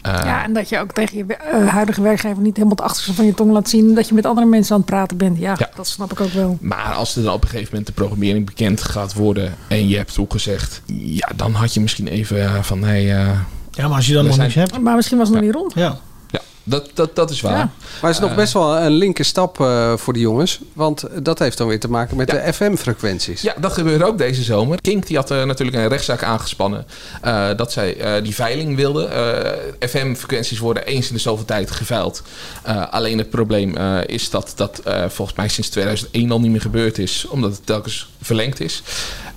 [SPEAKER 2] Eh,
[SPEAKER 4] Ja, en dat je ook tegen je eh, huidige werkgever niet helemaal het achterste van je tong laat zien. Dat je met andere mensen aan het praten bent. Ja,
[SPEAKER 2] Ja.
[SPEAKER 4] dat snap ik ook wel.
[SPEAKER 2] Maar als er dan op een gegeven moment de programmering bekend gaat worden en je hebt toegezegd, ja, dan had je misschien even eh, van hé, hey, eh,
[SPEAKER 1] Ja, maar als je dan
[SPEAKER 2] We
[SPEAKER 1] nog
[SPEAKER 2] zijn-
[SPEAKER 1] niks hebt.
[SPEAKER 4] Maar misschien was het nog niet rond.
[SPEAKER 1] Ja.
[SPEAKER 2] ja, dat, dat, dat is waar.
[SPEAKER 4] Ja.
[SPEAKER 3] Maar
[SPEAKER 2] Eh.
[SPEAKER 3] het is nog best wel een linker stap eh, voor de jongens. Want dat heeft dan weer te maken met
[SPEAKER 2] Ja.
[SPEAKER 3] de FM-frequenties.
[SPEAKER 2] Ja, dat gebeurde ook deze zomer. Kink die had eh, natuurlijk een rechtszaak aangespannen eh, dat zij eh, die veiling wilde. Eh, FM-frequenties worden eens in de zoveel tijd geveild. Eh, alleen het probleem eh, is dat dat eh, volgens mij sinds 2001 al niet meer gebeurd is, omdat het telkens verlengd is.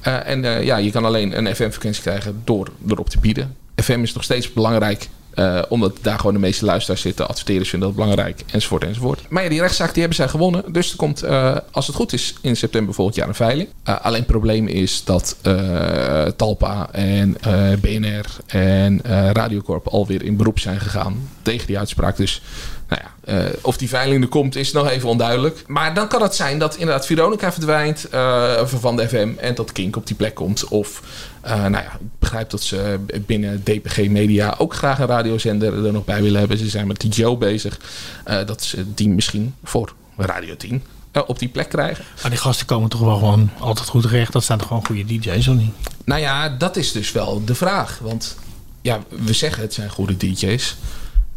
[SPEAKER 2] Eh, en eh, ja, je kan alleen een FM-frequentie krijgen door erop te bieden. FM is nog steeds belangrijk. eh, omdat daar gewoon de meeste luisteraars zitten. Adverteerders vinden dat belangrijk. Enzovoort, enzovoort. Maar ja, die rechtszaak die hebben zij gewonnen. Dus er komt, eh, als het goed is, in september volgend jaar een veiling. Eh, alleen het probleem is dat eh, Talpa en eh, BNR en eh Radiocorp alweer in beroep zijn gegaan. Tegen die uitspraak. Dus nou ja, eh, of die veiling er komt is nog even onduidelijk. Maar dan kan het zijn dat inderdaad Veronica verdwijnt eh, van de FM. En dat Kink op die plek komt. Of eh, nou ja, ik begrijp dat ze binnen DPG Media ook graag een radiozender er nog bij willen hebben. Ze zijn met die Joe bezig. eh, dat ze die misschien voor Radio 10 eh, op die plek krijgen.
[SPEAKER 1] Maar die gasten komen toch wel gewoon altijd goed terecht. Dat zijn toch gewoon goede DJ's, of niet?
[SPEAKER 2] Nou ja, dat is dus wel de vraag. Want ja, we zeggen het zijn goede DJ's.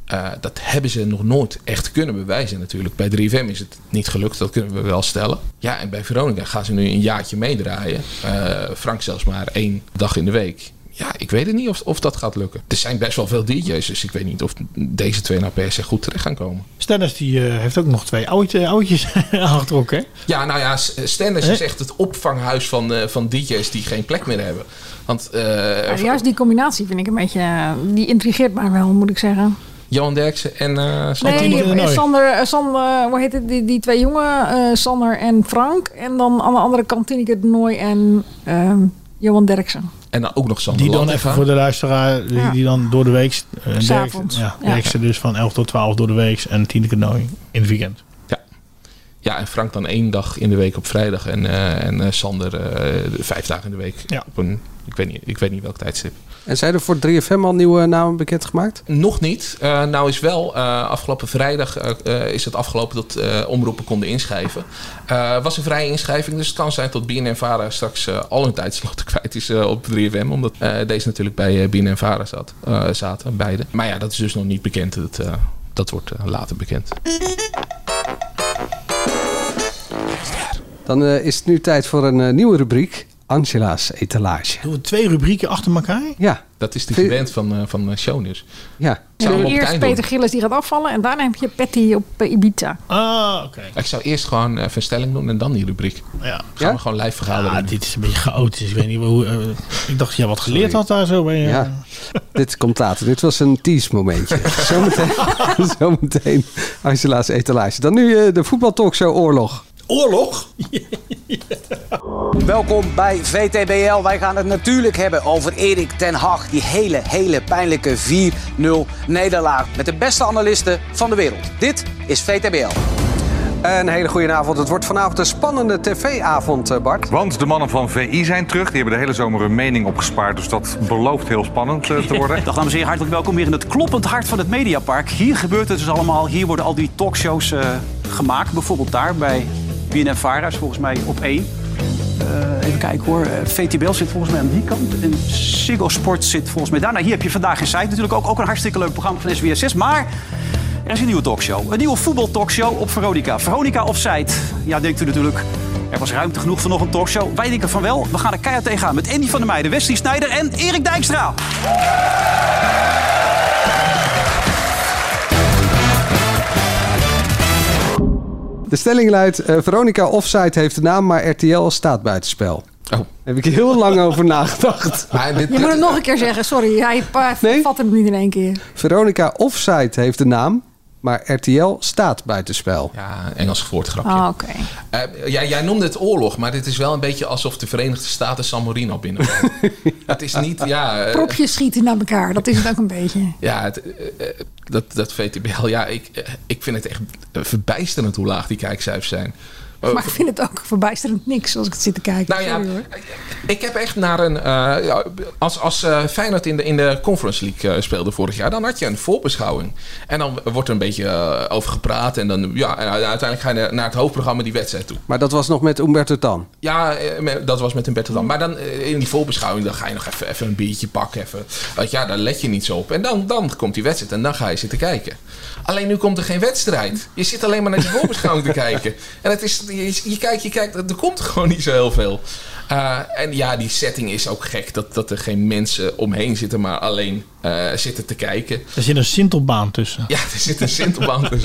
[SPEAKER 2] Eh, dat hebben ze nog nooit echt kunnen bewijzen natuurlijk. Bij 3FM is het niet gelukt, dat kunnen we wel stellen. Ja, en bij Veronica gaan ze nu een jaartje meedraaien. Eh, Frank zelfs maar één dag in de week. Ja, ik weet het niet of, of dat gaat lukken. Er zijn best wel veel DJ's, dus ik weet niet of deze twee nou per se goed terecht gaan komen.
[SPEAKER 1] Stennis die eh, heeft ook nog twee oud, eh, oudjes [LAUGHS] aangetrokken. hè?
[SPEAKER 2] Ja, nou ja, S- Stennis
[SPEAKER 1] Hè?
[SPEAKER 2] is echt het opvanghuis van, eh, van DJ's die geen plek meer hebben. Want eh,
[SPEAKER 4] Nou, juist die combinatie vind ik een beetje... eh, Die intrigeert mij wel, moet ik zeggen.
[SPEAKER 2] Johan Derksen en eh Sander-
[SPEAKER 1] Martine
[SPEAKER 4] Nee,
[SPEAKER 1] van der
[SPEAKER 4] eh,
[SPEAKER 1] Nooy.
[SPEAKER 4] Sander, eh, Sander, hoe heet het, die, die twee jongen, eh, Sander en Frank. En dan aan de andere kant Tineke de Nooi en ehm, Johan Derksen.
[SPEAKER 2] en dan ook nog Sander
[SPEAKER 1] Die dan
[SPEAKER 2] Lantinga.
[SPEAKER 1] even voor de luisteraar, die,
[SPEAKER 4] Ja.
[SPEAKER 1] die dan door de week... eh,
[SPEAKER 4] S
[SPEAKER 1] Dirk-
[SPEAKER 4] avonds.
[SPEAKER 1] Ja,
[SPEAKER 4] Ja.
[SPEAKER 1] Dirk ze dus van 11 tot 12 door de week en Tineke Nooi in het weekend.
[SPEAKER 2] Ja, en Frank dan één dag in de week op vrijdag. En, eh, en eh, Sander eh, vijf dagen in de week.
[SPEAKER 1] Ja.
[SPEAKER 2] Op een, ik, weet niet, ik weet niet welk tijdstip.
[SPEAKER 3] En zijn er voor 3FM al nieuwe namen bekendgemaakt?
[SPEAKER 2] Nog niet. Eh, nou is wel eh, afgelopen vrijdag eh, eh, is het afgelopen dat eh, omroepen konden inschrijven. Eh was een vrije inschrijving, dus het kan zijn dat BNN Vara straks eh, al hun tijdsloten [LAUGHS] kwijt is eh, op 3FM. Omdat eh, deze natuurlijk bij eh BNN Vara zat, eh, zaten, beide. Maar ja, dat is dus nog niet bekend. Dat, eh, dat wordt eh, later bekend.
[SPEAKER 3] Dan eh, is het nu tijd voor een eh, nieuwe rubriek. Angela's etalage.
[SPEAKER 1] Doen we twee rubrieken achter elkaar?
[SPEAKER 3] Ja,
[SPEAKER 2] Dat is de
[SPEAKER 3] Vind-
[SPEAKER 2] gewend van, eh, van eh, shownieuws.
[SPEAKER 3] ja.
[SPEAKER 2] Ik zou hem op het
[SPEAKER 4] Eerst
[SPEAKER 2] eind doen.
[SPEAKER 4] Peter Gillis die gaat afvallen en daarna heb je Patty op eh, Ibiza.
[SPEAKER 1] Ah, oké.
[SPEAKER 2] Ik zou eerst gewoon eh, even een stelling doen en dan die rubriek.
[SPEAKER 1] Ja. Ah,
[SPEAKER 2] Gaan
[SPEAKER 3] Ja?
[SPEAKER 2] we gewoon live
[SPEAKER 1] Ja,
[SPEAKER 2] vergaderen.
[SPEAKER 1] dit is een beetje chaotisch. Ik weet niet hoe. eh, ik dacht dat jij wat geleerd had daar zo bij. eh,
[SPEAKER 3] Ja, dit komt later. Dit was een tease momentje. Zometeen, [LAUGHS] zometeen Angela's etalage. Dan nu eh, de voetbaltalkshow Oorlog.
[SPEAKER 1] Oorlog?
[SPEAKER 10] Welkom bij VTBL. Wij gaan het natuurlijk hebben over Erik ten Hag. Die hele, hele pijnlijke 4-0 nederlaag. Met de beste analisten van de wereld. Dit is VTBL.
[SPEAKER 3] Een hele goede avond. Het wordt vanavond een spannende tv-avond, eh, Bart.
[SPEAKER 11] Want de mannen van VI zijn terug. Die hebben de hele zomer hun mening opgespaard. Dus dat belooft heel spannend eh, te
[SPEAKER 10] [LAUGHS]
[SPEAKER 11] worden.
[SPEAKER 12] Dag dames en heren, hartelijk welkom hier in het kloppend hart van het Mediapark. Hier gebeurt het dus allemaal. Hier worden al die talkshows eh, gemaakt. Bijvoorbeeld daar bij BNN Vara is volgens mij op één. Eh, even kijken hoor. Eh, VTBL zit volgens mij aan die kant. En Ziggo Sport zit volgens mij daar. Nou, hier heb je vandaag in site natuurlijk ook, ook een hartstikke leuk programma van SWS6. Maar er is een nieuwe talkshow. Een nieuwe voetbaltalkshow op Veronica. Veronica of site. Ja, denkt u natuurlijk. Er was ruimte genoeg voor nog een talkshow. Wij denken van wel. We gaan er keihard tegenaan met Andy van der Meijden, Wesley Snijder en Erik Dijkstra.
[SPEAKER 3] De stelling luidt, eh, Veronica Offside heeft de naam, maar RTL staat buitenspel.
[SPEAKER 2] Oh.
[SPEAKER 3] Daar heb ik heel lang over
[SPEAKER 1] [LAUGHS]
[SPEAKER 3] nagedacht.
[SPEAKER 2] Maar dit,
[SPEAKER 4] Je moet het nog een keer zeggen, sorry. Hij pa-
[SPEAKER 3] Nee?
[SPEAKER 4] vat hem niet in één keer.
[SPEAKER 3] Veronica Offside heeft de naam, maar RTL staat buitenspel.
[SPEAKER 2] Ja, Engels woordgrapje.
[SPEAKER 4] Ah, oké.
[SPEAKER 2] Eh, jij, jij noemde het oorlog, maar dit is wel een beetje alsof de Verenigde Staten San Marino binnen. het is niet, ja... eh,
[SPEAKER 4] Propjes schieten naar elkaar, dat is het ook een beetje.
[SPEAKER 2] ja, het, eh, eh, dat, dat VTBL, ja, ik, eh, ik vind het echt verbijsterend hoe laag die kijkcijfers zijn. Eh,
[SPEAKER 4] Maar ik vind het ook verbijsterend niks als ik het zit te kijken.
[SPEAKER 2] Nou ja,
[SPEAKER 4] Sorry, hoor.
[SPEAKER 2] ik heb echt naar een. eh, ja, als als eh, Feyenoord in de, in de Conference League eh, speelde vorig jaar, dan had je een voorbeschouwing. En dan wordt er een beetje eh, over gepraat. En dan, ja, en uiteindelijk ga je naar- naar het hoofdprogramma die wedstrijd toe.
[SPEAKER 3] Maar dat was nog met Umberto Tan.
[SPEAKER 2] Ja, eh, me- dat was met een Bertram. Maar dan eh, in die voorbeschouwing, dan ga je nog even, even een biertje pakken. Even, want ja, daar let je niet zo op. En dan, dan komt die wedstrijd en dan ga je zitten kijken. Alleen nu komt er geen wedstrijd. Je zit alleen maar naar die voorbeschouwing te
[SPEAKER 1] [LAUGHS]
[SPEAKER 2] kijken. En het is, je, je kijkt, je kijkt, er komt gewoon niet zo heel veel. Eh, en ja, die setting is ook gek. Dat, dat er geen mensen omheen zitten, maar alleen eh, zitten te kijken.
[SPEAKER 1] Er zit een sintelbaan tussen.
[SPEAKER 2] Ja, [LAUGHS] er zit een Sintelbank. Dus,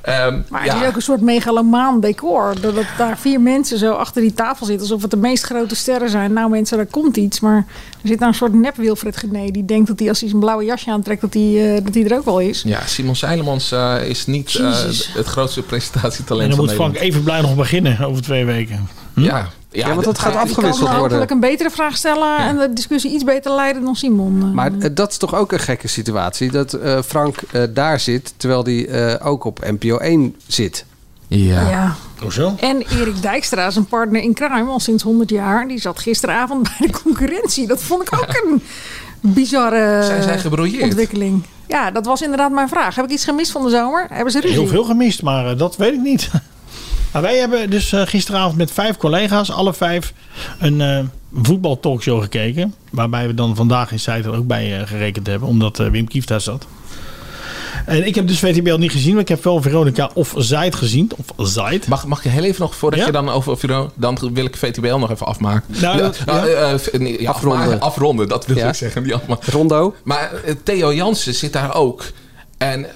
[SPEAKER 2] ehm,
[SPEAKER 4] Maar
[SPEAKER 2] ja.
[SPEAKER 4] het is ook een soort megalomaan decor. Doordat daar vier mensen zo achter die tafel zitten. Alsof het de meest grote sterren zijn. Nou mensen, daar komt iets. Maar er zit daar een soort nep Wilfred Gené. Die denkt dat hij als hij zijn blauwe jasje aantrekt, dat hij, eh, dat hij er ook wel is.
[SPEAKER 2] Ja, Simon Seilemans eh, is niet eh,
[SPEAKER 4] Jezus.
[SPEAKER 2] het grootste presentatietalent
[SPEAKER 1] En dan
[SPEAKER 2] van
[SPEAKER 1] moet
[SPEAKER 2] Nederland.
[SPEAKER 1] Frank even blij nog beginnen over twee weken.
[SPEAKER 2] Ja, ja,
[SPEAKER 3] Ja, want dat
[SPEAKER 2] d-
[SPEAKER 3] gaat
[SPEAKER 2] ja,
[SPEAKER 4] Ik kan
[SPEAKER 3] afgewisseld
[SPEAKER 4] me hopelijk
[SPEAKER 3] worden.
[SPEAKER 4] een betere vraag stellen. En de discussie iets beter leiden dan Simon. Eh,
[SPEAKER 3] Maar eh, dat is toch ook een gekke situatie, dat eh, Frank eh, daar zit, terwijl die eh, ook op NPO 1 zit.
[SPEAKER 2] Ja.
[SPEAKER 4] ja.
[SPEAKER 1] Hoezo?
[SPEAKER 4] En Erik Dijkstra, zijn partner in crime al sinds 100 jaar. Die zat gisteravond bij de concurrentie. Dat vond ik ook een bizarre
[SPEAKER 2] Zijn zij gebrouilleerd?
[SPEAKER 4] ontwikkeling. Ja, dat was inderdaad mijn vraag. Heb ik iets gemist van de zomer? Hebben ze ruzie?
[SPEAKER 1] Heel veel gemist, maar eh, dat weet ik niet. [LAUGHS] Maar wij hebben dus eh, gisteravond met vijf collega's, alle vijf, een eh voetbaltalkshow gekeken. Waarbij we dan vandaag in Seidel ook bij eh, gerekend hebben, omdat eh, Wim Kieft daar zat. En ik heb dus VTBL niet gezien, maar ik heb wel Veronica of Zaid gezien. Of Zaid.
[SPEAKER 2] Mag, mag ik heel even nog, voordat
[SPEAKER 1] Ja?
[SPEAKER 2] je dan over Viro- dan wil ik VTBL nog even afmaken.
[SPEAKER 1] Nou, dat-
[SPEAKER 2] ja,
[SPEAKER 1] ja.
[SPEAKER 2] eh, eh, v- nee, ja,
[SPEAKER 3] Afronden.
[SPEAKER 2] afmaken, afronden, dat wil
[SPEAKER 3] Ja.
[SPEAKER 2] ik zeggen. Niet afmaken.
[SPEAKER 3] Rondo.
[SPEAKER 2] Maar eh, Theo Jansen zit daar ook. En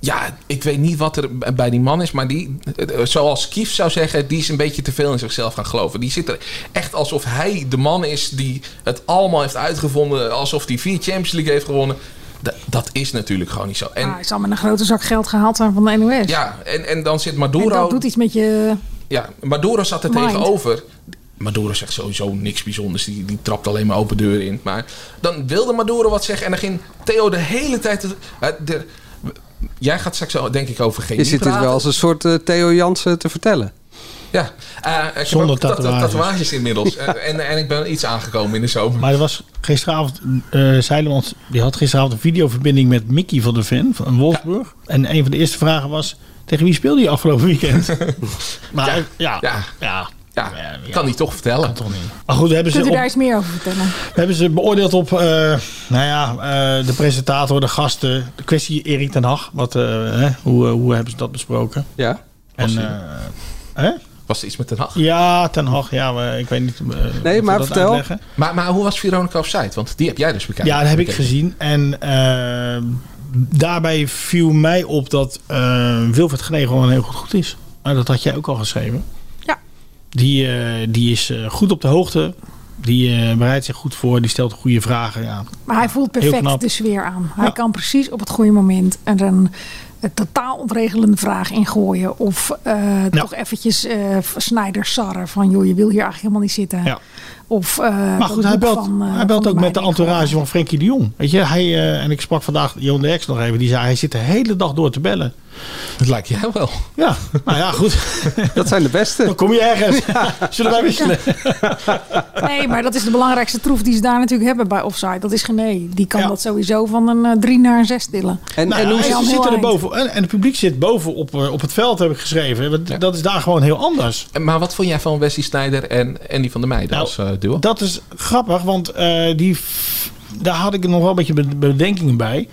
[SPEAKER 2] ja, ik weet niet wat er b- bij die man is, maar die, eh, eh, zoals Kief zou zeggen, die is een beetje te veel in zichzelf gaan geloven. Die zit er echt alsof hij de man is die het allemaal heeft uitgevonden, alsof hij vier Champions League heeft gewonnen. Da- dat is natuurlijk gewoon niet zo. En,
[SPEAKER 4] Ah, hij zal met een grote zak geld gehaald zijn van de NOS.
[SPEAKER 2] ja, en, en dan zit
[SPEAKER 4] en
[SPEAKER 2] Maduro.
[SPEAKER 4] dat doet iets met je...
[SPEAKER 2] Ja, Maduro zat er
[SPEAKER 4] Mind.
[SPEAKER 2] tegenover. Maduro zegt sowieso niks bijzonders. Die, die trapt alleen maar open deuren in. Maar dan wilde Maduro wat zeggen. En dan ging Theo de hele tijd... eh, de- jij gaat straks al, denk ik over geen
[SPEAKER 3] Je zit dit wel als een soort eh, Theo Jansen te vertellen.
[SPEAKER 2] Ja, eh, ik heb
[SPEAKER 1] Zonder
[SPEAKER 2] ook tata-
[SPEAKER 1] tatoeages.
[SPEAKER 2] tatoeages
[SPEAKER 3] [LAUGHS]
[SPEAKER 2] inmiddels. Eh, en, en ik ben iets aangekomen in de zomer.
[SPEAKER 1] Maar er was gisteravond, eh Zeilemans, die had gisteravond een videoverbinding met Mickey van de Ven van Wolfsburg. En een van de eerste vragen was, tegen wie speelde je afgelopen weekend? maar ja, ja,
[SPEAKER 2] ja.
[SPEAKER 1] ja.
[SPEAKER 2] Kan hij toch vertellen? Kan
[SPEAKER 1] toch niet. Maar goed, hebben
[SPEAKER 4] Kunt
[SPEAKER 1] ze,
[SPEAKER 4] u
[SPEAKER 1] op-
[SPEAKER 4] daar iets meer over vertellen?
[SPEAKER 1] hebben ze beoordeeld op eh, nou ja, eh, de presentator, de gasten, de kwestie Erik ten Hag. Wat, eh, hè, hoe, eh, hoe hebben ze dat besproken?
[SPEAKER 3] Ja.
[SPEAKER 1] En,
[SPEAKER 2] Was-
[SPEAKER 1] eh, hè?
[SPEAKER 2] Was er iets met Den Haag?
[SPEAKER 1] Ja, ten Hag, ja, maar ik weet niet. eh, moeten we dat uitleggen?
[SPEAKER 2] Maar, maar hoe was Veronica Offside? Want die heb jij dus bekeken.
[SPEAKER 1] Ja, dat heb ik
[SPEAKER 2] Bekeken.
[SPEAKER 1] gezien. En eh, daarbij viel mij op dat eh Wilfred Genee gewoon heel goed, goed is. Maar dat had jij ook al geschreven.
[SPEAKER 4] Ja.
[SPEAKER 1] Die, eh, die is eh, goed op de hoogte. Die eh, bereidt zich goed voor. Die stelt goede vragen. Ja.
[SPEAKER 4] Maar hij voelt
[SPEAKER 1] Heel knap.
[SPEAKER 4] perfect de sfeer aan. Hij kan precies op het goede moment er een, een totaal ontregelende vraag in gooien. Of eh, toch eventjes eh Snijder sarren van joh, je wil hier eigenlijk helemaal niet zitten.
[SPEAKER 1] Ja.
[SPEAKER 4] Of, eh,
[SPEAKER 1] Maar
[SPEAKER 4] dat
[SPEAKER 1] goed, hij
[SPEAKER 4] boek
[SPEAKER 1] belt,
[SPEAKER 4] van, eh,
[SPEAKER 1] hij belt
[SPEAKER 4] van
[SPEAKER 1] ook met de
[SPEAKER 4] Meijering.
[SPEAKER 1] entourage van Frenkie de Jong. Weet je, hij, eh, en ik sprak vandaag Jon Derks nog even. Die zei, hij zit de hele dag door te bellen.
[SPEAKER 2] Dat lijkt jij wel.
[SPEAKER 1] Ja, nou ja, goed.
[SPEAKER 3] Dat zijn de
[SPEAKER 1] [LAUGHS]
[SPEAKER 3] beste.
[SPEAKER 1] Dan kom je ergens. Zullen wij wisselen?
[SPEAKER 4] Nee, maar dat is de belangrijkste troef die ze daar natuurlijk hebben bij Offside. Dat is Genee. Die kan dat sowieso van een eh, drie naar een zes tillen.
[SPEAKER 1] Nou,
[SPEAKER 4] hoe
[SPEAKER 1] ze zitten er boven. En, en het publiek zit boven op, eh, op het veld, heb ik geschreven. Want Dat is daar gewoon heel anders.
[SPEAKER 2] En- Maar wat vond jij van Wesley Sneijder en Andy van der Meijden
[SPEAKER 1] Nou,
[SPEAKER 2] als eh, duo?
[SPEAKER 1] Dat is grappig, want eh, die, f- daar had ik nog wel een beetje be- bedenkingen bij.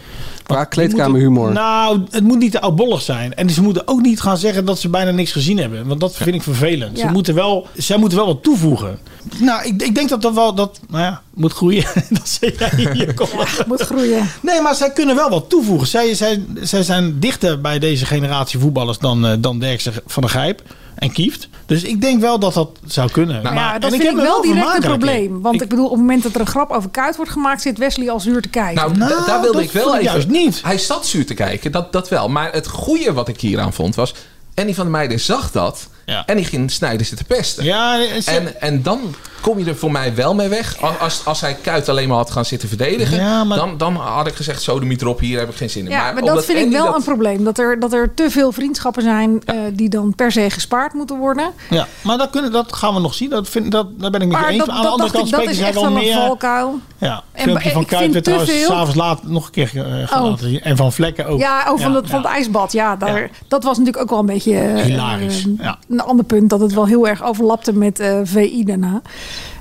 [SPEAKER 3] Qua kleedkamerhumor.
[SPEAKER 1] Nou, het moet niet te oudbollig zijn. En ze moeten ook niet gaan zeggen dat ze bijna niks gezien hebben. Want dat vind ik vervelend.
[SPEAKER 4] Ja.
[SPEAKER 1] Ze moeten wel, zij moeten wel wat toevoegen. Nou, ik, ik denk dat dat wel... Dat, nou ja, moet groeien. [LAUGHS] dat ze jij hier
[SPEAKER 4] [LAUGHS]
[SPEAKER 1] komen.
[SPEAKER 4] Moet
[SPEAKER 1] [LAUGHS]
[SPEAKER 4] groeien.
[SPEAKER 1] Nee, maar zij kunnen wel wat toevoegen. Zij, zij, zij zijn dichter bij deze generatie voetballers dan, eh dan Derksen van der Gijp en Kieft. Dus ik denk wel dat dat zou kunnen.
[SPEAKER 4] Nou, ja, dat
[SPEAKER 1] en
[SPEAKER 4] vind ik,
[SPEAKER 1] heb me
[SPEAKER 4] wel direct een
[SPEAKER 1] vermakelijk in.
[SPEAKER 4] probleem. Want ik, bedoel, op het moment dat er een grap over Kuit wordt gemaakt, zit Wesley al zuur te kijken.
[SPEAKER 2] Nou, da- daar wilde ik wel
[SPEAKER 1] vond ik
[SPEAKER 2] even.
[SPEAKER 1] juist
[SPEAKER 2] Hij zat zuur te kijken, dat, dat wel. Maar het goede wat ik hieraan vond was. Andy van der Meijden zag dat. En die ging Snijder zitten pesten.
[SPEAKER 1] Ja, eh, ze-
[SPEAKER 2] en, en dan kom je er voor mij wel mee weg. Als, als, als hij Kuit alleen maar had gaan zitten verdedigen.
[SPEAKER 1] Ja, maar-
[SPEAKER 2] dan, dan had ik gezegd: zo de mieter op, hier heb ik geen zin in.
[SPEAKER 4] Ja, maar, dat
[SPEAKER 2] omdat
[SPEAKER 4] vind ik
[SPEAKER 2] Andy
[SPEAKER 4] wel
[SPEAKER 2] dat-
[SPEAKER 4] een probleem. Dat er, dat er te veel vriendschappen zijn eh, die dan per se gespaard moeten worden.
[SPEAKER 1] Ja, maar dat, kunnen, dat gaan we nog zien. Dat vind, dat, daar ben ik met je
[SPEAKER 4] Maar
[SPEAKER 1] eens.
[SPEAKER 4] dat,
[SPEAKER 1] Aan de
[SPEAKER 4] dat
[SPEAKER 1] andere
[SPEAKER 4] dacht
[SPEAKER 1] kant
[SPEAKER 4] ik,
[SPEAKER 1] spreken
[SPEAKER 4] dat is
[SPEAKER 1] zij
[SPEAKER 4] echt
[SPEAKER 1] wel
[SPEAKER 4] wel een
[SPEAKER 1] meer.
[SPEAKER 4] valkuil.
[SPEAKER 1] Ja,
[SPEAKER 4] En-
[SPEAKER 1] filmpje van
[SPEAKER 4] ik
[SPEAKER 1] Kuit
[SPEAKER 4] vind
[SPEAKER 1] werd
[SPEAKER 4] te
[SPEAKER 1] trouwens
[SPEAKER 4] veel.
[SPEAKER 1] s'avonds laat nog een keer eh, gaan
[SPEAKER 4] Oh.
[SPEAKER 1] laten zien. En van Vlekken ook.
[SPEAKER 4] Ja, over
[SPEAKER 1] Ja,
[SPEAKER 4] het, van het ijsbad. Ja, daar, dat was natuurlijk ook wel een beetje eh,
[SPEAKER 1] Hilarisch,
[SPEAKER 4] eh,
[SPEAKER 1] ja.
[SPEAKER 4] een ander punt. Dat het wel heel erg overlapte met eh, VI daarna.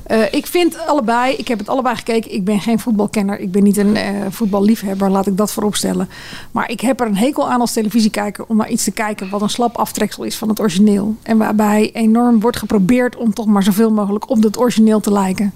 [SPEAKER 4] Eh, ik vind allebei, ik heb het allebei gekeken. Ik ben geen voetbalkenner. Ik ben niet een eh, voetballiefhebber, laat ik dat vooropstellen. Maar ik heb er een hekel aan als televisiekijker om naar iets te kijken wat een slap aftreksel is van het origineel. En waarbij enorm wordt geprobeerd om toch maar zoveel mogelijk op het origineel te lijken.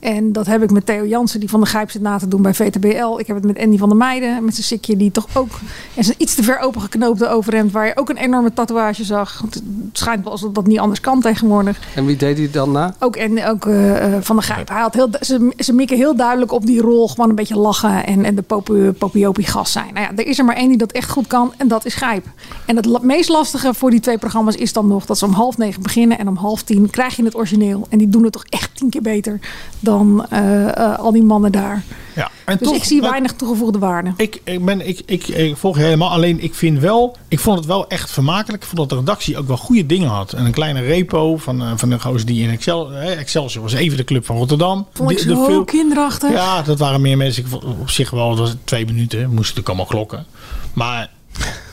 [SPEAKER 4] En dat heb ik met Theo Jansen, die van de Gijp zit na te doen bij VTBL. Ik heb het met Andy van der Meijden, met zijn sikje, die toch ook... En zijn iets te ver opengeknoopte overhemd, waar je ook een enorme tatoeage zag. Het schijnt wel alsof dat niet anders kan tegenwoordig.
[SPEAKER 3] En wie deed hij dan
[SPEAKER 1] Nou,
[SPEAKER 3] na?
[SPEAKER 4] Ook, en ook eh, eh, Van der Gijp. Hij had heel, du- ze, ze mikken heel duidelijk op die rol. Gewoon een beetje lachen en, en de popu- popiopi-gast zijn. Nou ja, er is er maar één die dat echt goed kan. En dat is Gijp. En het la- meest lastige voor die twee programma's is dan nog... dat ze om half negen beginnen en om half tien krijg je het origineel. En die doen het toch echt tien keer beter dan eh, eh, al die mannen daar.
[SPEAKER 1] Ja. En
[SPEAKER 4] dus
[SPEAKER 1] toch-
[SPEAKER 4] ik zie
[SPEAKER 1] maar-
[SPEAKER 4] weinig toegevoegde waarde.
[SPEAKER 1] Ik, ik, ben, ik, ik, ik volg je helemaal. Alleen ik vind wel, ik vond het wel echt vermakelijk. Ik vond dat de redactie ook wel goede dingen had. En een kleine repo van, eh, van de gozer die in Excel, eh, Excelsior was even de club van Rotterdam.
[SPEAKER 4] Vond ik
[SPEAKER 1] De- de
[SPEAKER 4] zo
[SPEAKER 1] film-
[SPEAKER 4] kinderachtig.
[SPEAKER 1] Ja, dat waren meer mensen. Ik vond op zich wel, het was twee minuten. Moesten natuurlijk allemaal klokken. Maar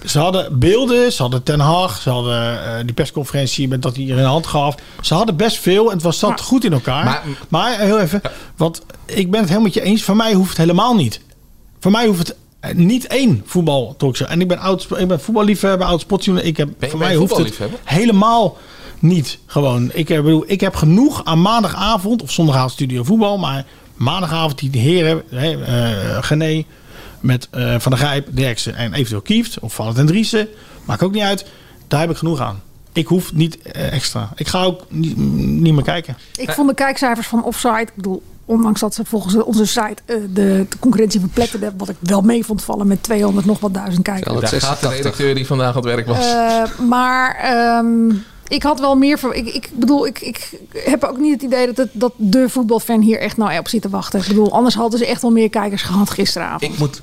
[SPEAKER 1] ze hadden beelden, ze hadden Ten Hag, ze hadden eh, die persconferentie met dat hij er in de hand gaf. Ze hadden best veel en het was zat goed in elkaar. Maar, heel even, want ik ben het helemaal met je eens. Voor mij hoeft het helemaal niet. Voor mij hoeft het eh, niet één voetbal talkshow. En ik ben, oud, ik ben voetballiefhebber, oud sportjournalist. Ik heb, voor
[SPEAKER 2] ben
[SPEAKER 1] mij
[SPEAKER 2] je
[SPEAKER 1] hoeft het
[SPEAKER 2] voetballiefhebber?
[SPEAKER 1] helemaal niet gewoon. Ik heb, bedoel, ik heb genoeg aan maandagavond of zondagavond studio voetbal. Maar maandagavond die heren, hè, eh, Gené met eh, Van der Grijp, Derksen en eventueel Kieft of Valentijn Driessen. Maakt ook niet uit. Daar heb ik genoeg aan. Ik hoef niet eh, extra. Ik ga ook niet, niet meer kijken.
[SPEAKER 2] Eh.
[SPEAKER 4] Ik vond de kijkcijfers van Offside, ik bedoel, ondanks dat ze volgens onze site eh, de, de concurrentie verpletterd hebben, wat ik wel mee vond vallen met 200 nog wat duizend kijkers.
[SPEAKER 2] Daar gaat de redacteur die vandaag aan het werk was.
[SPEAKER 4] Eh, maar ehm, ik had wel meer van. Ik, ik bedoel, ik, ik heb ook niet het idee dat, het, dat de voetbalfan hier echt nou op zit te wachten. Ik bedoel, anders hadden ze echt wel meer kijkers gehad gisteravond.
[SPEAKER 2] Ik moet,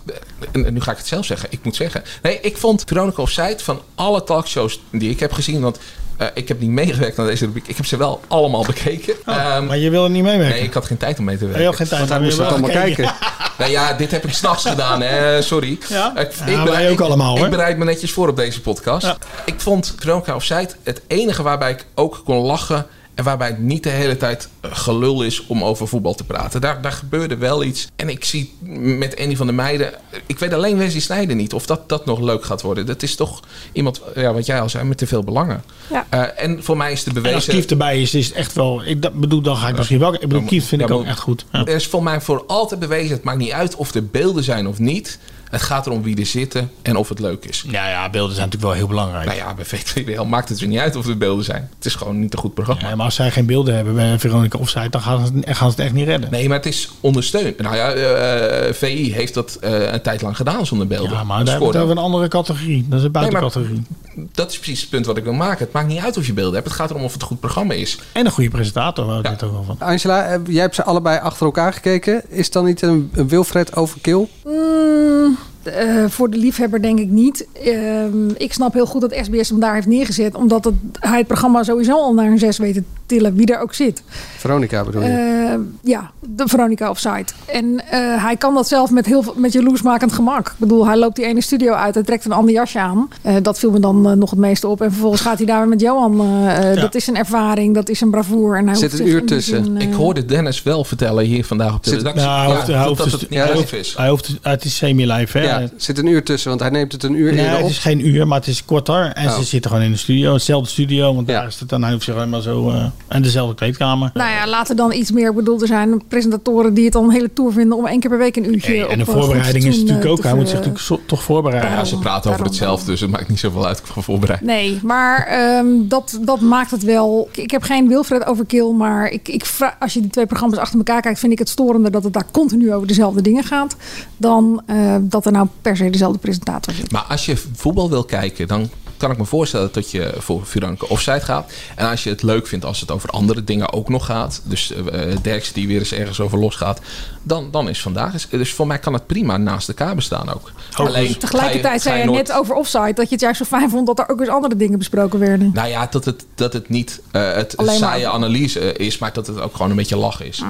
[SPEAKER 2] en- en nu ga ik het zelf zeggen, ik moet zeggen. Nee, ik vond Veronica of Zuid van alle talkshows die ik heb gezien, want eh, ik heb niet meegewerkt aan deze rubriek, ik heb ze wel allemaal bekeken. maar
[SPEAKER 1] je wilde niet meewerken?
[SPEAKER 2] Ehm, Nee, ik had geen tijd om mee te werken.
[SPEAKER 1] Oh. Je had geen tijd,
[SPEAKER 2] Want
[SPEAKER 1] maar je wilde wel kijken.
[SPEAKER 2] nou ja, dit heb ik
[SPEAKER 1] [LAUGHS]
[SPEAKER 2] s'nachts gedaan, hè, Eh, sorry.
[SPEAKER 1] Ja?
[SPEAKER 2] Ik,
[SPEAKER 1] Ja, wij ook
[SPEAKER 2] ik-
[SPEAKER 1] allemaal, hoor.
[SPEAKER 2] Ik bereid me netjes voor op deze podcast. Ik vond Veronica of Zuid het enige waarbij ik ook kon lachen. En waarbij het niet de hele tijd eh, gelul is om over voetbal te praten. Daar, daar gebeurde wel iets. En ik zie met Andy van der Meijden. Ik weet alleen Wesley Snijder niet of dat, dat nog leuk gaat worden. Dat is toch iemand, ja, wat jij al zei, met te veel belangen.
[SPEAKER 4] Ja.
[SPEAKER 2] Eh, en voor mij is de
[SPEAKER 1] En als
[SPEAKER 2] bewezen.
[SPEAKER 1] Kieft erbij is, is het echt wel. Ik dat- bedoel, dan ga ik misschien wel. Ik bedoel, Kieft vind
[SPEAKER 2] Ja,
[SPEAKER 1] ik ook
[SPEAKER 2] maar-
[SPEAKER 1] echt goed. Ja.
[SPEAKER 2] Er is voor mij voor altijd bewezen. Het maakt niet uit of er beelden zijn of niet. Het gaat erom wie er zitten en of het leuk is.
[SPEAKER 1] Ja, ja beelden zijn natuurlijk wel heel belangrijk.
[SPEAKER 2] Nou ja, bij VTWL maakt het er niet uit of er beelden zijn. Het is gewoon niet een goed programma.
[SPEAKER 1] Nee, maar als zij geen beelden hebben bij Veronica Offside, dan gaan ze, het- gaan ze het echt niet redden.
[SPEAKER 2] Nee, maar het is ondersteund. Nou ja, eh, VI heeft dat eh, een tijd lang gedaan zonder beelden.
[SPEAKER 1] Ja, maar daar hebben we
[SPEAKER 2] Scoren.
[SPEAKER 1] het over een andere categorie. Dat is een
[SPEAKER 2] Nee, maar-
[SPEAKER 1] buitencategorie.
[SPEAKER 2] Dat is precies het punt wat ik wil maken. Het maakt niet uit of je beelden hebt. Het gaat erom of het een goed programma is.
[SPEAKER 1] En een goede presentator, wou ik dit ook wel van.
[SPEAKER 3] Angela, eh, jij hebt ze allebei achter elkaar gekeken. Is dan niet een, een Wilfred overkill?
[SPEAKER 4] Mm, eh, voor de liefhebber denk ik niet. Ehm, ik snap heel goed dat SBS hem daar heeft neergezet. Omdat het, hij het programma sowieso al naar een zes weet te tillen. Wie er ook zit.
[SPEAKER 3] Veronica bedoel je?
[SPEAKER 4] Eh, ja, de Veronica Offside. En eh, hij kan dat zelf met, heel, veel- met jaloersmakend gemak. Ik bedoel, hij loopt die ene studio uit en trekt een ander jasje aan. Eh, dat viel me dan eh, nog het meeste op. En vervolgens gaat hij daar weer met Johan. eh, eh,
[SPEAKER 2] Ja.
[SPEAKER 4] Dat is een ervaring, dat is een bravoer. En hij
[SPEAKER 2] Er
[SPEAKER 4] hoeft zich in die zin, eh,
[SPEAKER 2] Ik hoorde Dennis wel vertellen hier vandaag op de
[SPEAKER 3] Zit-
[SPEAKER 2] redactie.
[SPEAKER 3] Nou, hij hoeft-
[SPEAKER 2] ja,
[SPEAKER 3] hij
[SPEAKER 2] dat,
[SPEAKER 3] hoeft
[SPEAKER 2] dat
[SPEAKER 3] dus-
[SPEAKER 2] het niet
[SPEAKER 3] ja, hij
[SPEAKER 2] live
[SPEAKER 3] hoeft-
[SPEAKER 2] is.
[SPEAKER 1] Hij hoeft, het is semi-live, hè?
[SPEAKER 3] Ja, er zit een uur tussen, want hij neemt het een uur
[SPEAKER 1] Nee,
[SPEAKER 3] eerder
[SPEAKER 1] het
[SPEAKER 3] op.
[SPEAKER 1] is geen uur, maar het is kwartier.
[SPEAKER 2] Oh.
[SPEAKER 1] En ze zitten gewoon in de studio, hetzelfde studio. Want daar is het dan. Hij hoeft zich alleen maar zo... eh, en dezelfde kleedkamer.
[SPEAKER 4] Nou ja, laten dan iets meer. Ik bedoel, er zijn presentatoren die het dan een hele tour vinden om één keer per week een uurtje.
[SPEAKER 1] Hey, en de
[SPEAKER 4] op, eh,
[SPEAKER 1] voorbereiding
[SPEAKER 4] goed
[SPEAKER 1] is
[SPEAKER 4] fatsoen,
[SPEAKER 1] natuurlijk
[SPEAKER 4] eh,
[SPEAKER 1] ook...
[SPEAKER 4] te
[SPEAKER 1] Hij moet zich
[SPEAKER 4] ver-
[SPEAKER 1] natuurlijk zo- toch voorbereiden.
[SPEAKER 2] Ja, ze praten over hetzelfde, dus het maakt niet zoveel uit van voorbereid.
[SPEAKER 4] Nee, maar ehm, dat, dat maakt het wel. Ik, ik heb geen Wilfred overkill, maar ik, ik vra- als je die twee programma's achter elkaar kijkt, vind ik het storender dat het daar continu over dezelfde dingen gaat. Dan eh, dat er nou per se dezelfde presentator zit.
[SPEAKER 2] Maar als je voetbal wil kijken, dan kan ik me voorstellen dat je voor Furanke offside gaat. En als je het leuk vindt als het over andere dingen ook nog gaat. Dus eh Derks die weer eens ergens over losgaat. Dan, dan is vandaag. eens- Dus voor mij kan het prima naast elkaar bestaan ook. ga je-
[SPEAKER 4] Tegelijkertijd
[SPEAKER 2] ga
[SPEAKER 4] zei
[SPEAKER 2] je
[SPEAKER 4] je
[SPEAKER 2] nooit-
[SPEAKER 4] net over offside dat je het juist zo fijn vond dat er ook eens andere dingen besproken werden.
[SPEAKER 2] Nou ja, dat het, dat het niet eh, het
[SPEAKER 4] Alleen maar-
[SPEAKER 2] saaie analyse eh, is, maar dat het ook gewoon een beetje lach is.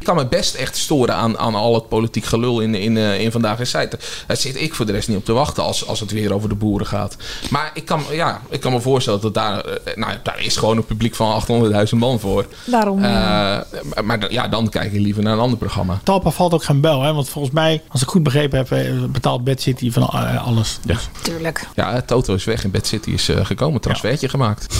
[SPEAKER 2] Ik kan me best echt storen aan, aan al het politiek gelul in, in, eh, in vandaag in site. Daar zit ik voor de rest niet op te wachten als, als het weer over de boeren gaat. Maar ik kan, ja, ik kan me voorstellen dat daar... eh, Nou, daar is gewoon een publiek van 800.000 man voor.
[SPEAKER 4] Daarom.
[SPEAKER 2] Eh,
[SPEAKER 4] eh,
[SPEAKER 2] maar- maar dan- ja, dan kijk ik liever naar een ander programma.
[SPEAKER 1] Talpa valt ook geen bel, hè? Want volgens mij, als ik goed begrepen heb, eh, betaalt Bad City van eh, alles. Dus-
[SPEAKER 4] Tuurlijk.
[SPEAKER 2] Ja, Toto is weg en Bad City is eh, gekomen. Transfertje gemaakt.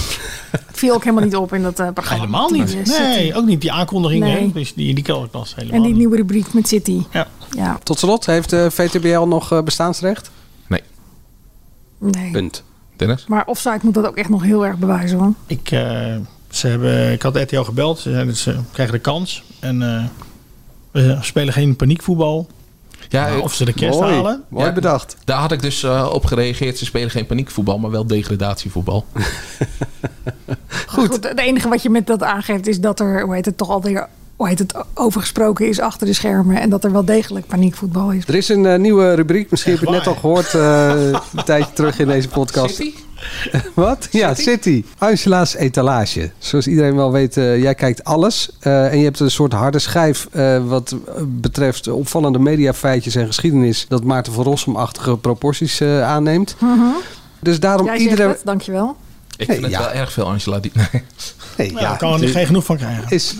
[SPEAKER 4] Het viel ook helemaal niet op in dat eh, programma.
[SPEAKER 1] Helemaal niet.
[SPEAKER 4] Die, eh,
[SPEAKER 1] Nee,
[SPEAKER 4] City.
[SPEAKER 1] ook niet die aankondiging.
[SPEAKER 4] Nee.
[SPEAKER 1] Hè? Dus die, die kan ik pas helemaal.
[SPEAKER 4] En die nieuwe rubriek met City.
[SPEAKER 1] Ja.
[SPEAKER 4] ja.
[SPEAKER 3] Tot slot, heeft de VTBL nog eh, bestaansrecht?
[SPEAKER 4] Nee.
[SPEAKER 3] Punt.
[SPEAKER 2] Dennis?
[SPEAKER 4] Maar offside moet dat ook echt nog heel erg bewijzen hoor.
[SPEAKER 1] Ik, eh, ze hebben, ik had RTL gebeld. Ze zeiden ze krijgen de kans. En eh, we spelen geen paniekvoetbal.
[SPEAKER 2] Ja, eh,
[SPEAKER 1] Nou, of ze de kerst halen.
[SPEAKER 2] Ja, Daar had ik dus eh, op gereageerd. Ze spelen geen paniekvoetbal, maar wel degradatievoetbal.
[SPEAKER 4] Goed. Het enige wat je met dat aangeeft is dat er, hoe heet het, toch alweer hoe heet het, overgesproken is achter de schermen. En dat er wel degelijk paniekvoetbal is.
[SPEAKER 3] Er is een eh, nieuwe rubriek, misschien heb je het net al gehoord eh, een tijdje terug in deze podcast.
[SPEAKER 2] City?
[SPEAKER 3] [LAUGHS] Wat? Ja, City. Angela's etalage. Zoals iedereen wel weet, eh, jij kijkt alles. eh, en je hebt een soort harde schijf eh, wat betreft opvallende mediafeitjes en geschiedenis. Dat Maarten van Rossum-achtige proporties eh, aanneemt. Dus daarom
[SPEAKER 4] Mhm. Jij
[SPEAKER 3] iedereen...
[SPEAKER 4] zegt het, dankjewel.
[SPEAKER 2] Ik
[SPEAKER 3] Nee,
[SPEAKER 2] vind het
[SPEAKER 3] ja.
[SPEAKER 2] wel erg veel, Angela. Die... [LAUGHS] Nee.
[SPEAKER 3] Nee, [LAUGHS]
[SPEAKER 1] Ja, kan er geen genoeg van krijgen.
[SPEAKER 3] Is,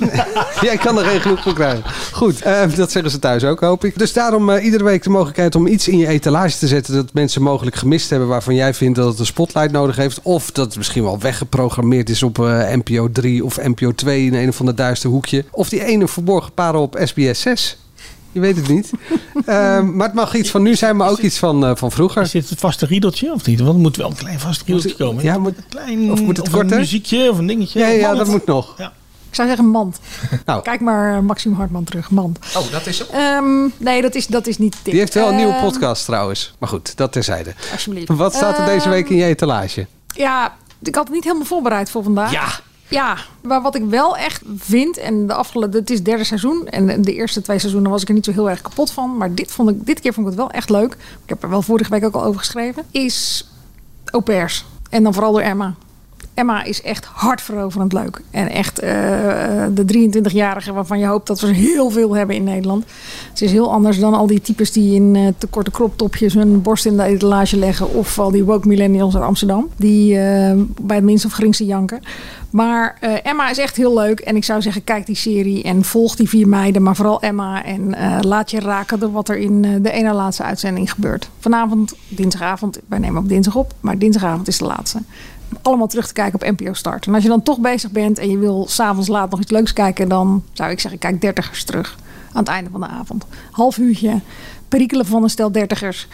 [SPEAKER 3] jij kan er geen genoeg van krijgen. Goed, goed. Eh, dat zeggen ze thuis ook, hoop ik. Dus daarom eh, iedere week de mogelijkheid om iets in je etalage te zetten... dat mensen mogelijk gemist hebben waarvan jij vindt dat het een spotlight nodig heeft. Of dat het misschien wel weggeprogrammeerd is op eh, NPO 3 of NPO 2 in een of ander duister hoekje. Of die ene verborgen parel op SBS 6. Je weet het
[SPEAKER 1] [LAUGHS]
[SPEAKER 3] niet. Eh, maar het mag iets van nu zijn, maar ook iets van, eh, van vroeger. Is
[SPEAKER 1] dit het vaste riedeltje of niet? Want het moet wel een klein vast riedeltje komen.
[SPEAKER 3] Ja, moet,
[SPEAKER 1] klein,
[SPEAKER 3] of moet het
[SPEAKER 1] of
[SPEAKER 3] korter?
[SPEAKER 1] Een muziekje of een dingetje.
[SPEAKER 3] Ja,
[SPEAKER 1] Of
[SPEAKER 3] ja,
[SPEAKER 1] mand.
[SPEAKER 3] dat moet nog.
[SPEAKER 4] Ik zou zeggen
[SPEAKER 3] [LAUGHS]
[SPEAKER 4] mand.
[SPEAKER 3] Nou.
[SPEAKER 4] Kijk maar eh, Maxime Hartman terug, mand.
[SPEAKER 2] Oh, dat is hem.
[SPEAKER 4] Ehm, nee, dat is, dat is niet dit.
[SPEAKER 3] Die heeft wel een nieuwe
[SPEAKER 4] Ehm,
[SPEAKER 3] podcast trouwens. Maar goed, dat terzijde.
[SPEAKER 4] Alsjeblieft. Ehm,
[SPEAKER 3] Wat staat er deze week in je etalage?
[SPEAKER 4] Ja, ik had het niet helemaal voorbereid voor vandaag.
[SPEAKER 3] Ja.
[SPEAKER 4] Ja, maar wat ik wel echt vind, en de afgelopen, het is het derde seizoen. En de eerste twee seizoenen was ik er niet zo heel erg kapot van. Maar dit, vond ik, dit keer vond ik het wel echt leuk. Ik heb er wel vorige week ook al over geschreven. Is au pairs. En dan vooral door Emma. Emma is echt hartveroverend leuk. En echt eh, de 23-jarige waarvan je hoopt dat we er heel veel hebben in Nederland. Ze is heel anders dan al die types die in eh, te korte kroptopjes hun borst in de etalage leggen. Of al die woke millennials uit Amsterdam. Die eh, bij het minst of geringste janken. Maar eh, Emma is echt heel leuk. En ik zou zeggen, kijk die serie en volg die vier meiden. Maar vooral Emma. En eh, laat je raken door wat er in eh, de ene laatste uitzending gebeurt. Vanavond, dinsdagavond. Wij nemen op dinsdag op. Maar dinsdagavond is de laatste allemaal terug te kijken op NPO Start. En als je dan toch bezig bent en je wil s'avonds laat nog iets leuks kijken, dan zou ik zeggen: kijk dertigers terug aan het einde van de avond. Half uurtje, perikelen van een stel dertigers.